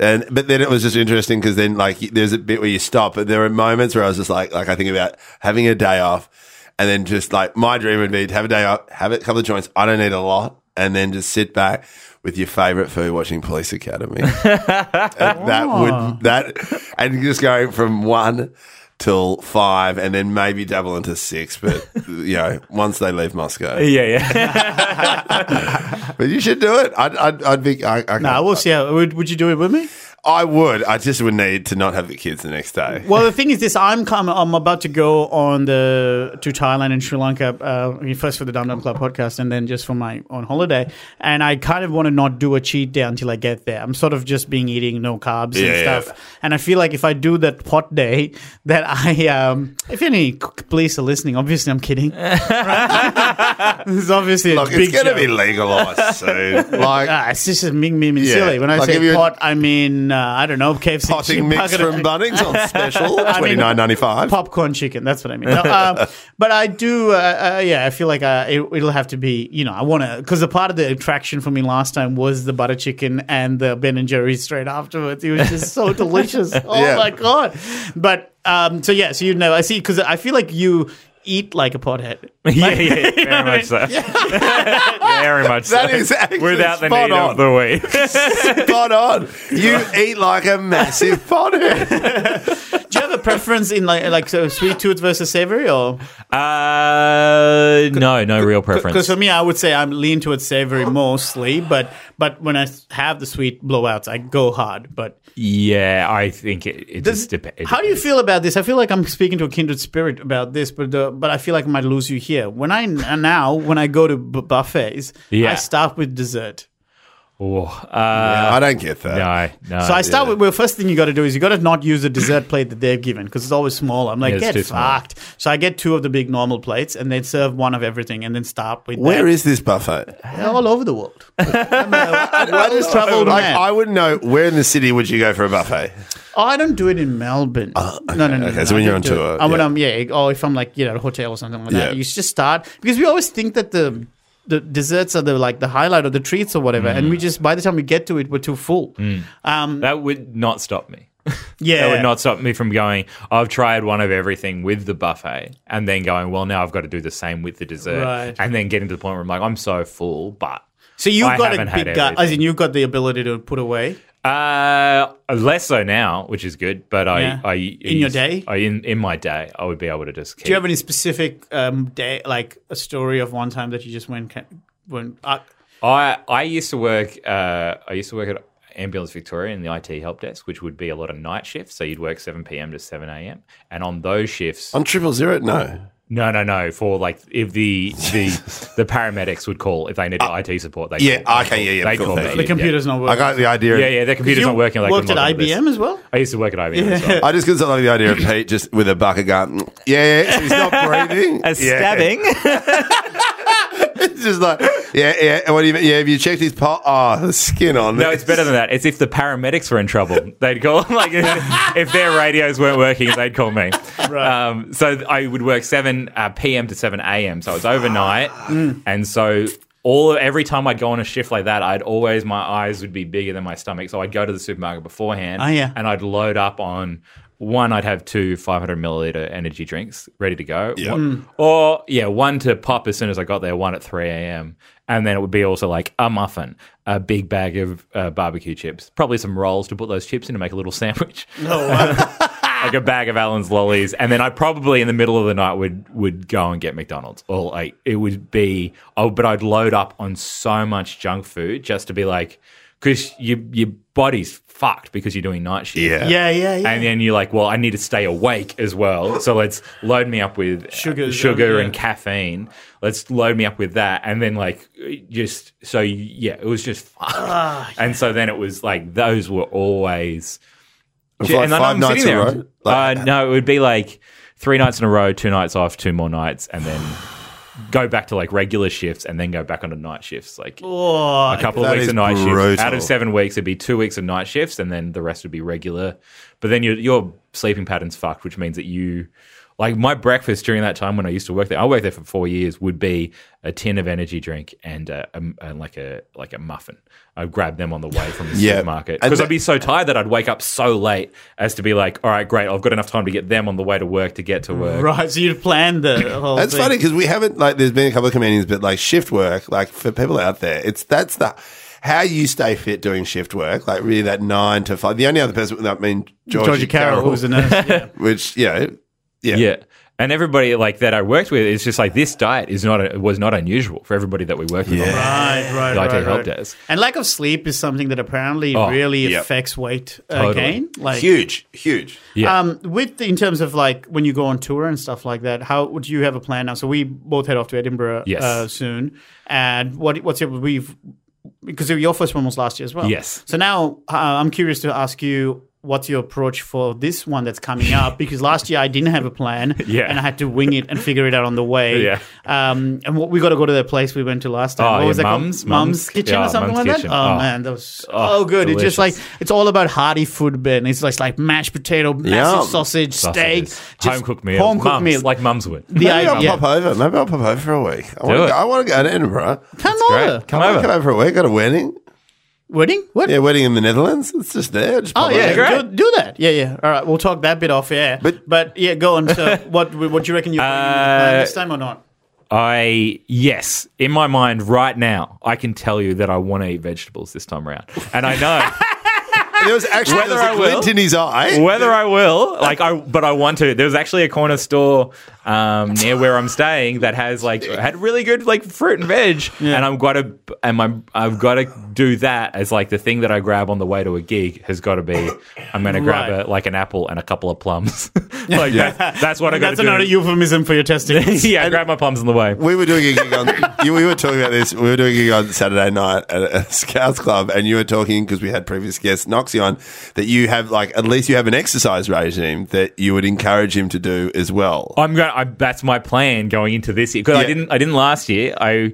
Speaker 2: and but then it was just interesting because then like y- there's a bit where you stop, but there were moments where I was just like, like I think about having a day off, and then just like my dream would be to have a day off, have a couple of joints. I don't need a lot, and then just sit back. With your favorite food, watching Police Academy, And that
Speaker 3: Oh.
Speaker 2: would that, and just going from one till five, and then maybe double into six. But you know, once they leave Moscow,
Speaker 4: Yeah, yeah.
Speaker 2: but you should do it. I'd, I'd, I'd be. I, I,
Speaker 3: Nah, Ah, we'll see. How, would, would you do it with me?
Speaker 2: I would. I just would need to not have the kids the next day.
Speaker 3: Well, the thing is, this I'm com- I'm about to go on the to Thailand and Sri Lanka. Uh, I mean, first for the Dum Dum Club podcast, and then just for my own holiday. And I kind of want to not do a cheat day until I get there. I'm sort of just being eating no carbs
Speaker 2: Yeah,
Speaker 3: and
Speaker 2: yeah.
Speaker 3: stuff. And I feel like if I do that pot day, that I um, if any c- police are listening, obviously I'm kidding. Right? this is obviously a
Speaker 2: Look,
Speaker 3: big
Speaker 2: it's going to
Speaker 3: joke.
Speaker 2: be legalised soon. Like,
Speaker 3: Ah, it's just a ming ming and
Speaker 2: Yeah.
Speaker 3: silly. When I
Speaker 2: Like, if
Speaker 3: say
Speaker 2: you're-
Speaker 3: pot, I mean uh, I don't know KFC
Speaker 2: Potting
Speaker 3: cheap
Speaker 2: mix
Speaker 3: bucket
Speaker 2: from
Speaker 3: of-
Speaker 2: Bunnings on special twenty
Speaker 3: mean,
Speaker 2: nine ninety five.
Speaker 3: popcorn chicken. That's what I mean. No, um, but I do. Uh, uh, yeah, I feel like uh, it, it'll have to be. You know, I want to because a part of the attraction for me last time was the butter chicken and the Ben and Jerry's straight afterwards. It was just so delicious. Oh
Speaker 2: Yeah.
Speaker 3: my god! But um, so yeah, so you know, I see because I feel like you eat like a pothead.
Speaker 4: yeah, yeah, very much so. very much so.
Speaker 2: That is actually
Speaker 4: Without the
Speaker 2: spot
Speaker 4: need
Speaker 2: on.
Speaker 4: of the week.
Speaker 2: Spot on. You eat like a massive pothead.
Speaker 3: Do you have a preference in like like so sweet tooth versus savory or?
Speaker 4: Uh, no, no real
Speaker 3: Because
Speaker 4: preference.
Speaker 3: for me, I would say I'm lean towards savory mostly, but but when I have the sweet blowouts, I go hard. But
Speaker 4: Yeah, I think it, it
Speaker 3: Does-
Speaker 4: just depends.
Speaker 3: How do you feel about this? I feel like I'm speaking to a kindred spirit about this, but uh, but I feel like I might lose you here. When I n- now when I go to b- buffets, I
Speaker 4: Yeah.
Speaker 3: start with dessert.
Speaker 4: Oh, uh,
Speaker 2: I don't get that.
Speaker 4: No, no.
Speaker 3: So I start with well, first thing you got to do is you got to not use the dessert plate that they've given because it's always small. I'm like
Speaker 4: Yeah, it's too
Speaker 3: get
Speaker 4: small.
Speaker 3: fucked. So I get two of the big normal plates and then serve one of everything and then start with
Speaker 2: Where
Speaker 3: that.
Speaker 2: is this buffet?
Speaker 3: all over the world. I'm a
Speaker 2: just
Speaker 3: traveled
Speaker 2: like,
Speaker 3: man.
Speaker 2: I wouldn't know where in the city would you go for a buffet.
Speaker 3: Oh, I don't do it in Melbourne. no, no, no.
Speaker 2: Oh, okay,
Speaker 3: no,
Speaker 2: so when
Speaker 3: I
Speaker 2: you're on
Speaker 3: don't do
Speaker 2: tour,
Speaker 3: it. I when
Speaker 2: yeah.
Speaker 3: I'm yeah, or if I'm like you know at a hotel or something like
Speaker 2: Yeah.
Speaker 3: that, you just start because we always think that the the desserts are the like the highlight or the treats or whatever,
Speaker 2: Mm.
Speaker 3: and we just by the time we get to it, we're too full. Um,
Speaker 4: that would not stop me.
Speaker 3: yeah,
Speaker 4: That would not stop me from going. I've tried one of everything with the buffet, and then going. Well, now I've got to do the same with the dessert,
Speaker 3: Right.
Speaker 4: and then getting to the point where I'm like, I'm so full, but
Speaker 3: So you've
Speaker 4: I
Speaker 3: got a
Speaker 4: haven't had
Speaker 3: big gut, as
Speaker 4: everything.
Speaker 3: in you've got the ability to put away.
Speaker 4: Uh, less so now, which is good. But I,
Speaker 3: Yeah.
Speaker 4: I
Speaker 3: In your day?
Speaker 4: I, in in my day, I would be able to just. Keep,
Speaker 3: Do you have any specific um, day, like a story of one time that you just went ca- went uh, up?
Speaker 4: I I used to work. Uh, I used to work at Ambulance Victoria in the IT help desk, which would be a lot of night shifts. So you'd work seven pm to seven am, and on those shifts,
Speaker 2: On triple zero? No.
Speaker 4: no, no, no, for like if the the the paramedics would call if they needed IT support, they
Speaker 2: Ah. Yeah,
Speaker 4: call,
Speaker 2: okay, yeah, yeah,
Speaker 4: they
Speaker 2: cool,
Speaker 4: call
Speaker 2: thank
Speaker 4: me.
Speaker 2: you.
Speaker 3: The
Speaker 4: Yeah.
Speaker 3: computer's not
Speaker 2: I
Speaker 3: working.
Speaker 2: got the idea.
Speaker 4: Yeah, yeah, their computer's
Speaker 3: You
Speaker 4: not working. They
Speaker 3: worked at
Speaker 4: couldn't log into this.
Speaker 3: IBM as well.
Speaker 4: I used to work at IBM. As well.
Speaker 2: I just because I like the idea of Pete just with a bucket gun. Yeah, she's not breathing. Yeah. It's just like, yeah, yeah. What do you mean? Yeah, have you checked his pot? Oh, the skin on.
Speaker 4: No, it's better than that. It's if the paramedics were in trouble, they'd call. Like if, if their radios weren't working, they'd call me.
Speaker 3: Right.
Speaker 4: Um, so I would work seven uh, p.m. to seven a.m. So it's overnight, and so all every time I'd go on a shift like that, I'd always my eyes would be bigger than my stomach. So I'd go to the supermarket beforehand,
Speaker 3: Oh, yeah.
Speaker 4: and I'd load up on. One, I'd have two 500 milliliter energy drinks ready to go.
Speaker 2: Yeah.
Speaker 4: One-
Speaker 3: Mm.
Speaker 4: Or, yeah, one to pop as soon as I got there, one at 3 a.m. And then it would be also like a muffin, a big bag of uh, barbecue chips, probably some rolls to put those chips in to make a little sandwich,
Speaker 3: No, uh,
Speaker 4: like a bag of Allen's lollies. And then I probably in the middle of the night would would go and get McDonald's. Or like it would be, oh, but I'd load up on so much junk food just to be like, because your, your body's fucked because you're doing night shift.
Speaker 2: Yeah.
Speaker 3: yeah, yeah, yeah.
Speaker 4: And then you're like, well, I need to stay awake as well. So let's load me up with
Speaker 3: Sugar,
Speaker 4: sugar, sugar
Speaker 3: yeah.
Speaker 4: and caffeine. Let's load me up with that. And then, like, just so, you- yeah, it was just fuck.
Speaker 3: Ah,
Speaker 4: And so then it was like, those were always.
Speaker 2: It's like
Speaker 4: and then
Speaker 2: five
Speaker 4: I'm
Speaker 2: nights
Speaker 4: sitting
Speaker 2: in a
Speaker 4: there.
Speaker 2: row. Like-
Speaker 4: uh, no, it would be like three nights in a row, two nights off, two more nights, and then go back to like regular shifts and then go back onto night shifts. Like, a couple of
Speaker 2: That
Speaker 4: weeks
Speaker 2: is
Speaker 4: of night shifts.
Speaker 2: brutal.
Speaker 4: Out of seven weeks, it'd be two weeks of night shifts, and then the rest would be regular. But then your your sleeping pattern's fucked, which means that you like my breakfast during that time when I used to work there. I worked there for four years. Would be a tin of energy drink and uh, a, and like a like a muffin. I'd grab them on the way from the
Speaker 2: Yeah.
Speaker 4: supermarket
Speaker 2: And
Speaker 4: because
Speaker 2: the-
Speaker 4: I'd be so tired that I'd wake up so late as to be like, all right, great, I've got enough time to get them on the way to work to get to work.
Speaker 3: right. So you planned the whole.
Speaker 2: That's
Speaker 3: thing.
Speaker 2: funny because we haven't like. There's been a couple of comedians, but like shift work, like for people out there, it's that's the how you stay fit doing shift work. Like really, that nine to five. The only other person that I mean, Georgie,
Speaker 3: Georgia Carroll, who was a nurse. Yeah.
Speaker 2: which you know, yeah,
Speaker 4: Yeah. And everybody like that I worked with is just like this diet is not was not unusual for everybody that we worked with. on that.
Speaker 3: Right, right,
Speaker 4: The
Speaker 3: right,
Speaker 4: IT help
Speaker 3: right.
Speaker 4: desk.
Speaker 3: And lack of sleep is something that apparently
Speaker 4: Oh,
Speaker 3: really
Speaker 2: yep.
Speaker 3: affects weight uh,
Speaker 4: Totally.
Speaker 3: gain. Like,
Speaker 2: huge, huge.
Speaker 4: Yeah.
Speaker 3: um, with the, in terms of like when you go on tour and stuff like that, how would you have a plan now? So we both head off to Edinburgh
Speaker 4: Yes.
Speaker 3: uh, soon, and what what's your we've because your first one was last year as well.
Speaker 4: Yes.
Speaker 3: So now uh, I'm curious to ask you what's your approach for this one that's coming up? Because last year I didn't have a plan,
Speaker 4: Yeah.
Speaker 3: and I had to wing it and figure it out on the way.
Speaker 4: Yeah.
Speaker 3: Um, and what, we got to go to the place we went to last time.
Speaker 4: Oh,
Speaker 3: what
Speaker 4: yeah,
Speaker 3: was that called?
Speaker 4: Mum's-
Speaker 3: Mum's
Speaker 4: Mum's-
Speaker 3: kitchen
Speaker 4: yeah,
Speaker 3: or something
Speaker 4: Mum's
Speaker 3: like
Speaker 4: Kitchen.
Speaker 3: that. Oh,
Speaker 4: Oh.
Speaker 3: man, that was
Speaker 4: Oh,
Speaker 3: so good. It's just like
Speaker 4: delicious.
Speaker 3: it's all about hearty food, Ben. It's just like mashed potato, massive
Speaker 2: Yum.
Speaker 3: sausage, steak,
Speaker 4: Sausages.
Speaker 3: just
Speaker 4: home cooked meal,
Speaker 3: home cooked
Speaker 4: mums,
Speaker 3: meal.
Speaker 4: like mums would.
Speaker 3: the
Speaker 2: Maybe I'll
Speaker 3: idea.
Speaker 2: pop over. Maybe I'll pop over for a week. I want
Speaker 4: it.
Speaker 2: to go, I wanna go to Edinburgh.
Speaker 3: Come
Speaker 4: great.
Speaker 3: on,
Speaker 4: Come
Speaker 2: I
Speaker 4: over.
Speaker 2: wanna come over for a week. Got a wedding.
Speaker 3: wedding? What?
Speaker 2: Yeah, wedding in the Netherlands. It's just there. Just
Speaker 3: Oh
Speaker 2: pop
Speaker 3: yeah,
Speaker 2: over.
Speaker 4: great.
Speaker 3: do, do that. Yeah, yeah. All right, we'll talk that bit off air. But
Speaker 2: But-
Speaker 3: yeah, go on. So what what do you reckon you're uh,
Speaker 4: Uh,
Speaker 3: this time or not?
Speaker 4: I yes, in my mind right now, I can tell you that I want to eat vegetables this time around, and I know
Speaker 2: There was actually
Speaker 4: Whether
Speaker 2: there was
Speaker 4: I
Speaker 2: a
Speaker 4: will-
Speaker 2: glint in his eye.
Speaker 4: whether I will. Like I, but I want to. There's actually a corner store um, near where I'm staying that has like had really good like fruit and veg, and I'm gotta and my I've gotta do that as like the thing that I grab on the way to a gig has got to be I'm gonna grab
Speaker 3: Right.
Speaker 4: a, like an apple and a couple of plums. like that, that's what I got
Speaker 3: That's
Speaker 4: to do.
Speaker 3: another euphemism for your testicles.
Speaker 4: yeah, grab my plums on the way.
Speaker 2: we were doing a gig on. you- we were talking about this. We were doing a gig on Saturday night at a Scouts club, and you were talking because we had previous guest Noxie on that you have like at least you have an exercise regime that you would encourage him to do as well.
Speaker 4: I'm going. I, that's my plan going into this year because I
Speaker 2: Yeah.
Speaker 4: didn't. I didn't last year. I.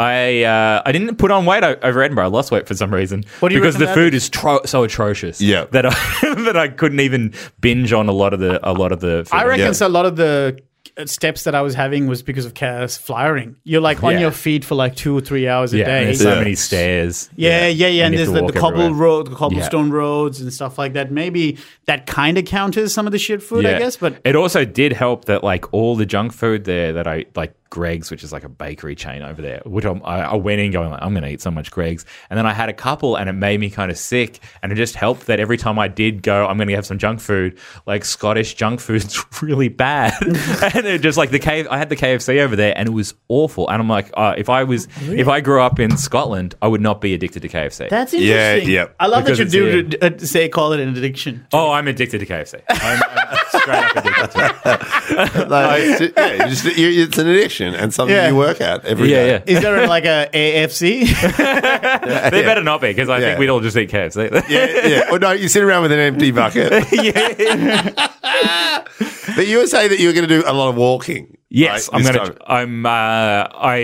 Speaker 4: I uh, I didn't put on weight o- over Edinburgh. I lost weight for some reason
Speaker 3: What do you
Speaker 4: because
Speaker 3: reckon
Speaker 4: the
Speaker 3: that
Speaker 4: food is tro- so atrocious.
Speaker 2: Yeah.
Speaker 4: that I, that I couldn't even binge on a lot of the a lot of the. Food.
Speaker 3: I reckon
Speaker 2: Yeah.
Speaker 3: so a lot of the uh, steps that I was having was because of Kaz flyering. You're like on
Speaker 4: Yeah.
Speaker 3: your feet for like two or three hours a
Speaker 4: yeah, and
Speaker 3: day.
Speaker 4: there's so
Speaker 2: Yeah.
Speaker 4: many stairs.
Speaker 3: Yeah, yeah, yeah. And
Speaker 4: you have
Speaker 3: there's
Speaker 4: to
Speaker 3: the, the
Speaker 4: walk
Speaker 3: cobble
Speaker 4: everywhere.
Speaker 3: road, the cobblestone roads and stuff like that. Maybe that kind of counters some of the shit food, I
Speaker 4: Yeah.
Speaker 3: guess. But
Speaker 4: it also did help that like all the junk food there that I like Greg's, which is like a bakery chain over there, which I'm, I, I went in going like I'm going to eat so much Greg's, and then I had a couple, and it made me kind of sick, and it just helped that every time I did go, I'm going to have some junk food, like Scottish junk food's really bad, and it just like the K, I had the KFC over there, and it was awful, and I'm like, oh, if I was if I grew up in Scotland, I would not be addicted to KFC.
Speaker 3: that's
Speaker 2: Yeah,
Speaker 3: interesting.
Speaker 2: yeah.
Speaker 3: I love that
Speaker 4: Because
Speaker 3: you
Speaker 4: it's
Speaker 3: do uh, say call it an addiction.
Speaker 4: Oh, I'm addicted to KFC. I'm, I'm straight up addicted to it.
Speaker 2: Like, it's, ju- yeah, you just- you- it's an addiction and something
Speaker 3: Yeah.
Speaker 2: you work at every day.
Speaker 4: Yeah, yeah.
Speaker 3: Is there like a AFC?
Speaker 4: They better not be because I
Speaker 2: Yeah.
Speaker 4: think we'd all just eat KFC.
Speaker 2: yeah, yeah. Or no, you sit around with an empty bucket. But you were saying that you were going to do a lot of walking.
Speaker 4: yes,
Speaker 2: right,
Speaker 4: I'm
Speaker 2: this
Speaker 4: gonna.
Speaker 2: time.
Speaker 4: I'm. Uh, I.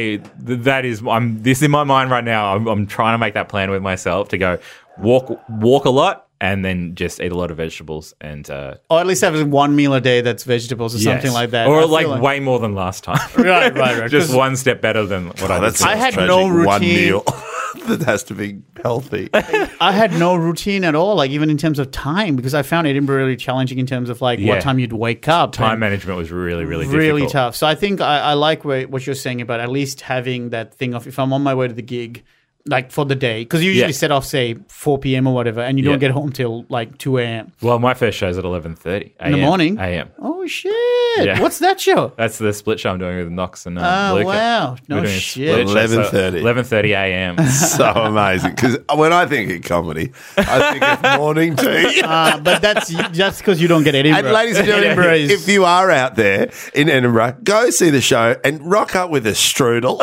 Speaker 4: Th- that is. I'm. This in my mind right now. I'm, I'm trying to make that plan with myself to go walk, walk a lot, and then just eat a lot of vegetables and uh,
Speaker 3: or at least have one meal a day that's vegetables or something
Speaker 4: yes.
Speaker 3: like that. I
Speaker 4: or
Speaker 3: feel
Speaker 4: like, way more than last time.
Speaker 3: Right, right, right.
Speaker 4: just
Speaker 3: 'Cause
Speaker 4: one step better than what I.
Speaker 2: Oh,
Speaker 4: did.
Speaker 2: that sounds
Speaker 3: had
Speaker 2: tragic.
Speaker 3: no
Speaker 2: One
Speaker 3: routine.
Speaker 2: meal that has to be healthy.
Speaker 3: I had no routine at all, like even in terms of time, because I found Edinburgh really challenging in terms of like what
Speaker 4: Yeah.
Speaker 3: time you'd wake up.
Speaker 4: time
Speaker 3: and
Speaker 4: management was really, really,
Speaker 3: really
Speaker 4: difficult.
Speaker 3: tough. So I think I, I like wha- what you're saying about at least having that thing of if I'm on my way to the gig, like for the day, because you usually
Speaker 4: Yeah.
Speaker 3: set off say 4 p.m. or whatever, and you don't
Speaker 4: Yeah.
Speaker 3: get home till like 2 a.m.
Speaker 4: Well, my first show's at 11:30
Speaker 3: in the morning.
Speaker 4: a.m.
Speaker 3: Oh shit!
Speaker 4: Yeah.
Speaker 3: What's that show?
Speaker 4: That's the split show I'm doing with Knox and uh,
Speaker 3: Oh,
Speaker 4: Luca.
Speaker 3: wow. No
Speaker 4: We're doing a
Speaker 3: shit.
Speaker 4: split show, so
Speaker 2: 11:30.
Speaker 4: 11:30 a.m.
Speaker 2: so amazing. Because when I think of comedy, I think of morning tea.
Speaker 3: Uh, but that's just because you don't get Edinburgh.
Speaker 2: And ladies and
Speaker 3: Edinburgh
Speaker 2: gentlemen,
Speaker 3: is-
Speaker 2: if you are out there in Edinburgh, go see the show and rock up with a strudel.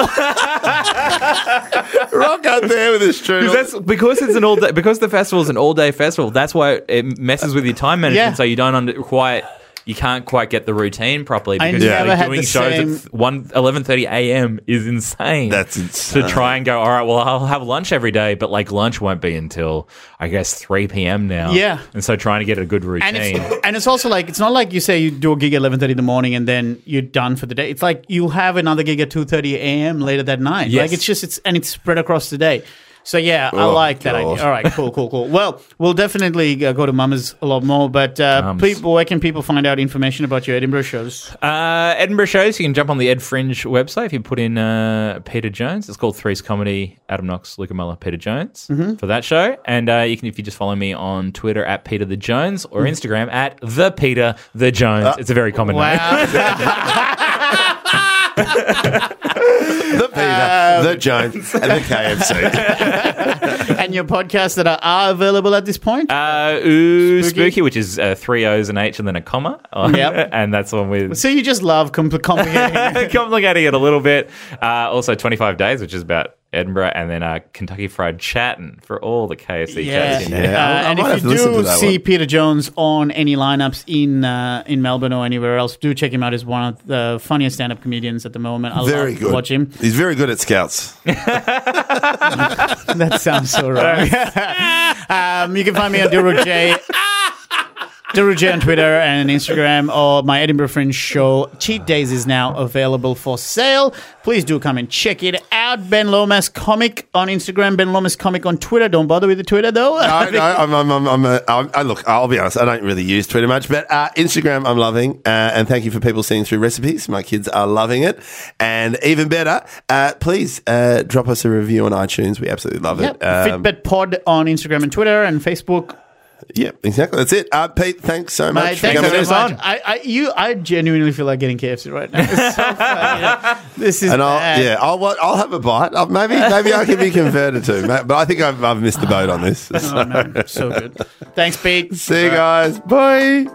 Speaker 2: rock up there with a strudel.
Speaker 4: Because that's because it's an all day because the festival's an all day festival. That's why it messes with your time management.
Speaker 3: Yeah.
Speaker 4: So you don't under, quite you can't quite get the routine properly.
Speaker 3: I
Speaker 4: Because you're
Speaker 3: never
Speaker 4: only
Speaker 3: had
Speaker 4: doing
Speaker 3: the
Speaker 4: shows
Speaker 3: same-
Speaker 4: at th- one eleven thirty a.m. is insane.
Speaker 2: That's
Speaker 4: to
Speaker 2: insane.
Speaker 4: try and go. All right, well I'll have lunch every day, but like lunch won't be until I guess three p.m. now.
Speaker 3: Yeah.
Speaker 4: and so trying to get a good
Speaker 3: and
Speaker 4: routine.
Speaker 3: it's, and it's also like it's not like you say you do a gig at eleven thirty in the morning and then you're done for the day. It's like you have another gig at two thirty a.m. later that night.
Speaker 4: Yes.
Speaker 3: Like it's just it's and it's spread across the day. So yeah, I
Speaker 2: Oh,
Speaker 3: like that
Speaker 2: God.
Speaker 3: idea. All right, cool, cool, cool. Well, we'll definitely uh, go to Mama's a lot more. But uh,
Speaker 4: Mums.
Speaker 3: people, where can people find out information about your Edinburgh shows?
Speaker 4: Uh, Edinburgh shows, you can jump on the Ed Fringe website if you put in uh, Peter Jones. It's called Three's Comedy, Adam Knox, Luca Muller, Peter Jones
Speaker 3: Mm-hmm.
Speaker 4: for that show. And uh, you can, if you just follow me on Twitter at Peter the Jones or Instagram at the Peter the Jones. it's a very common name.
Speaker 3: Mm-hmm. Uh, Wow,
Speaker 2: the Peter, the Jones, and the KFC.
Speaker 3: and your podcasts that are, are available at this point.
Speaker 4: Uh, ooh,
Speaker 3: Spooky.
Speaker 4: spooky. which is uh, three O's and H and then a comma.
Speaker 3: Yep.
Speaker 4: and that's the one with
Speaker 3: so you just love compl- complicating.
Speaker 4: complicating it a little bit. Uh, also, 25 days, which is about Edinburgh, and then uh, Kentucky Fried Chatton for all the KFC
Speaker 3: Yeah.
Speaker 4: chats. in
Speaker 2: Yeah.
Speaker 4: there.
Speaker 2: I- I
Speaker 3: Uh, and
Speaker 2: might have
Speaker 3: if
Speaker 2: to
Speaker 3: you
Speaker 2: listen to
Speaker 3: do
Speaker 2: that
Speaker 3: see
Speaker 2: one.
Speaker 3: Peter Jones on any lineups in uh, in Melbourne or anywhere else, do check him out. He's one of the funniest stand up comedians at the moment. I
Speaker 2: Very
Speaker 3: love
Speaker 2: good.
Speaker 3: Watch him.
Speaker 2: He's very good at scouts.
Speaker 3: That sounds so wrong. um, you can find me at Duru J. Duru J on Twitter and Instagram, or my Edinburgh Fringe show, Cheat Days, is now available for sale. Please do come and check it out. Ben Lomas Comic on Instagram, Ben Lomas Comic on Twitter. Don't bother with the Twitter though.
Speaker 2: I, no, I'm, I'm, I'm, I'm, a, I'm, I look. I'll be honest. I don't really use Twitter much, but uh, Instagram I'm loving, uh, and thank you for people seeing through recipes. My kids are loving it, and even better, uh, please uh, drop us a review on iTunes. We absolutely love
Speaker 3: Yep.
Speaker 2: it. Um,
Speaker 3: Fitbit Pod on Instagram and Twitter and Facebook.
Speaker 2: yeah, exactly. That's it. Uh, Pete, thanks so much.
Speaker 3: Mate,
Speaker 2: for
Speaker 3: thanks
Speaker 2: coming
Speaker 3: so
Speaker 2: in.
Speaker 3: much. I, I, you, I genuinely feel like getting KFC right now. It's so funny. This is
Speaker 2: And I'll,
Speaker 3: bad.
Speaker 2: yeah, I'll, wa- I'll have a bite. I'll, maybe maybe I can be converted to. ma- But I think I've, I've missed the boat on this.
Speaker 3: Oh, man, so good. Thanks, Pete.
Speaker 2: See you guys. Bye.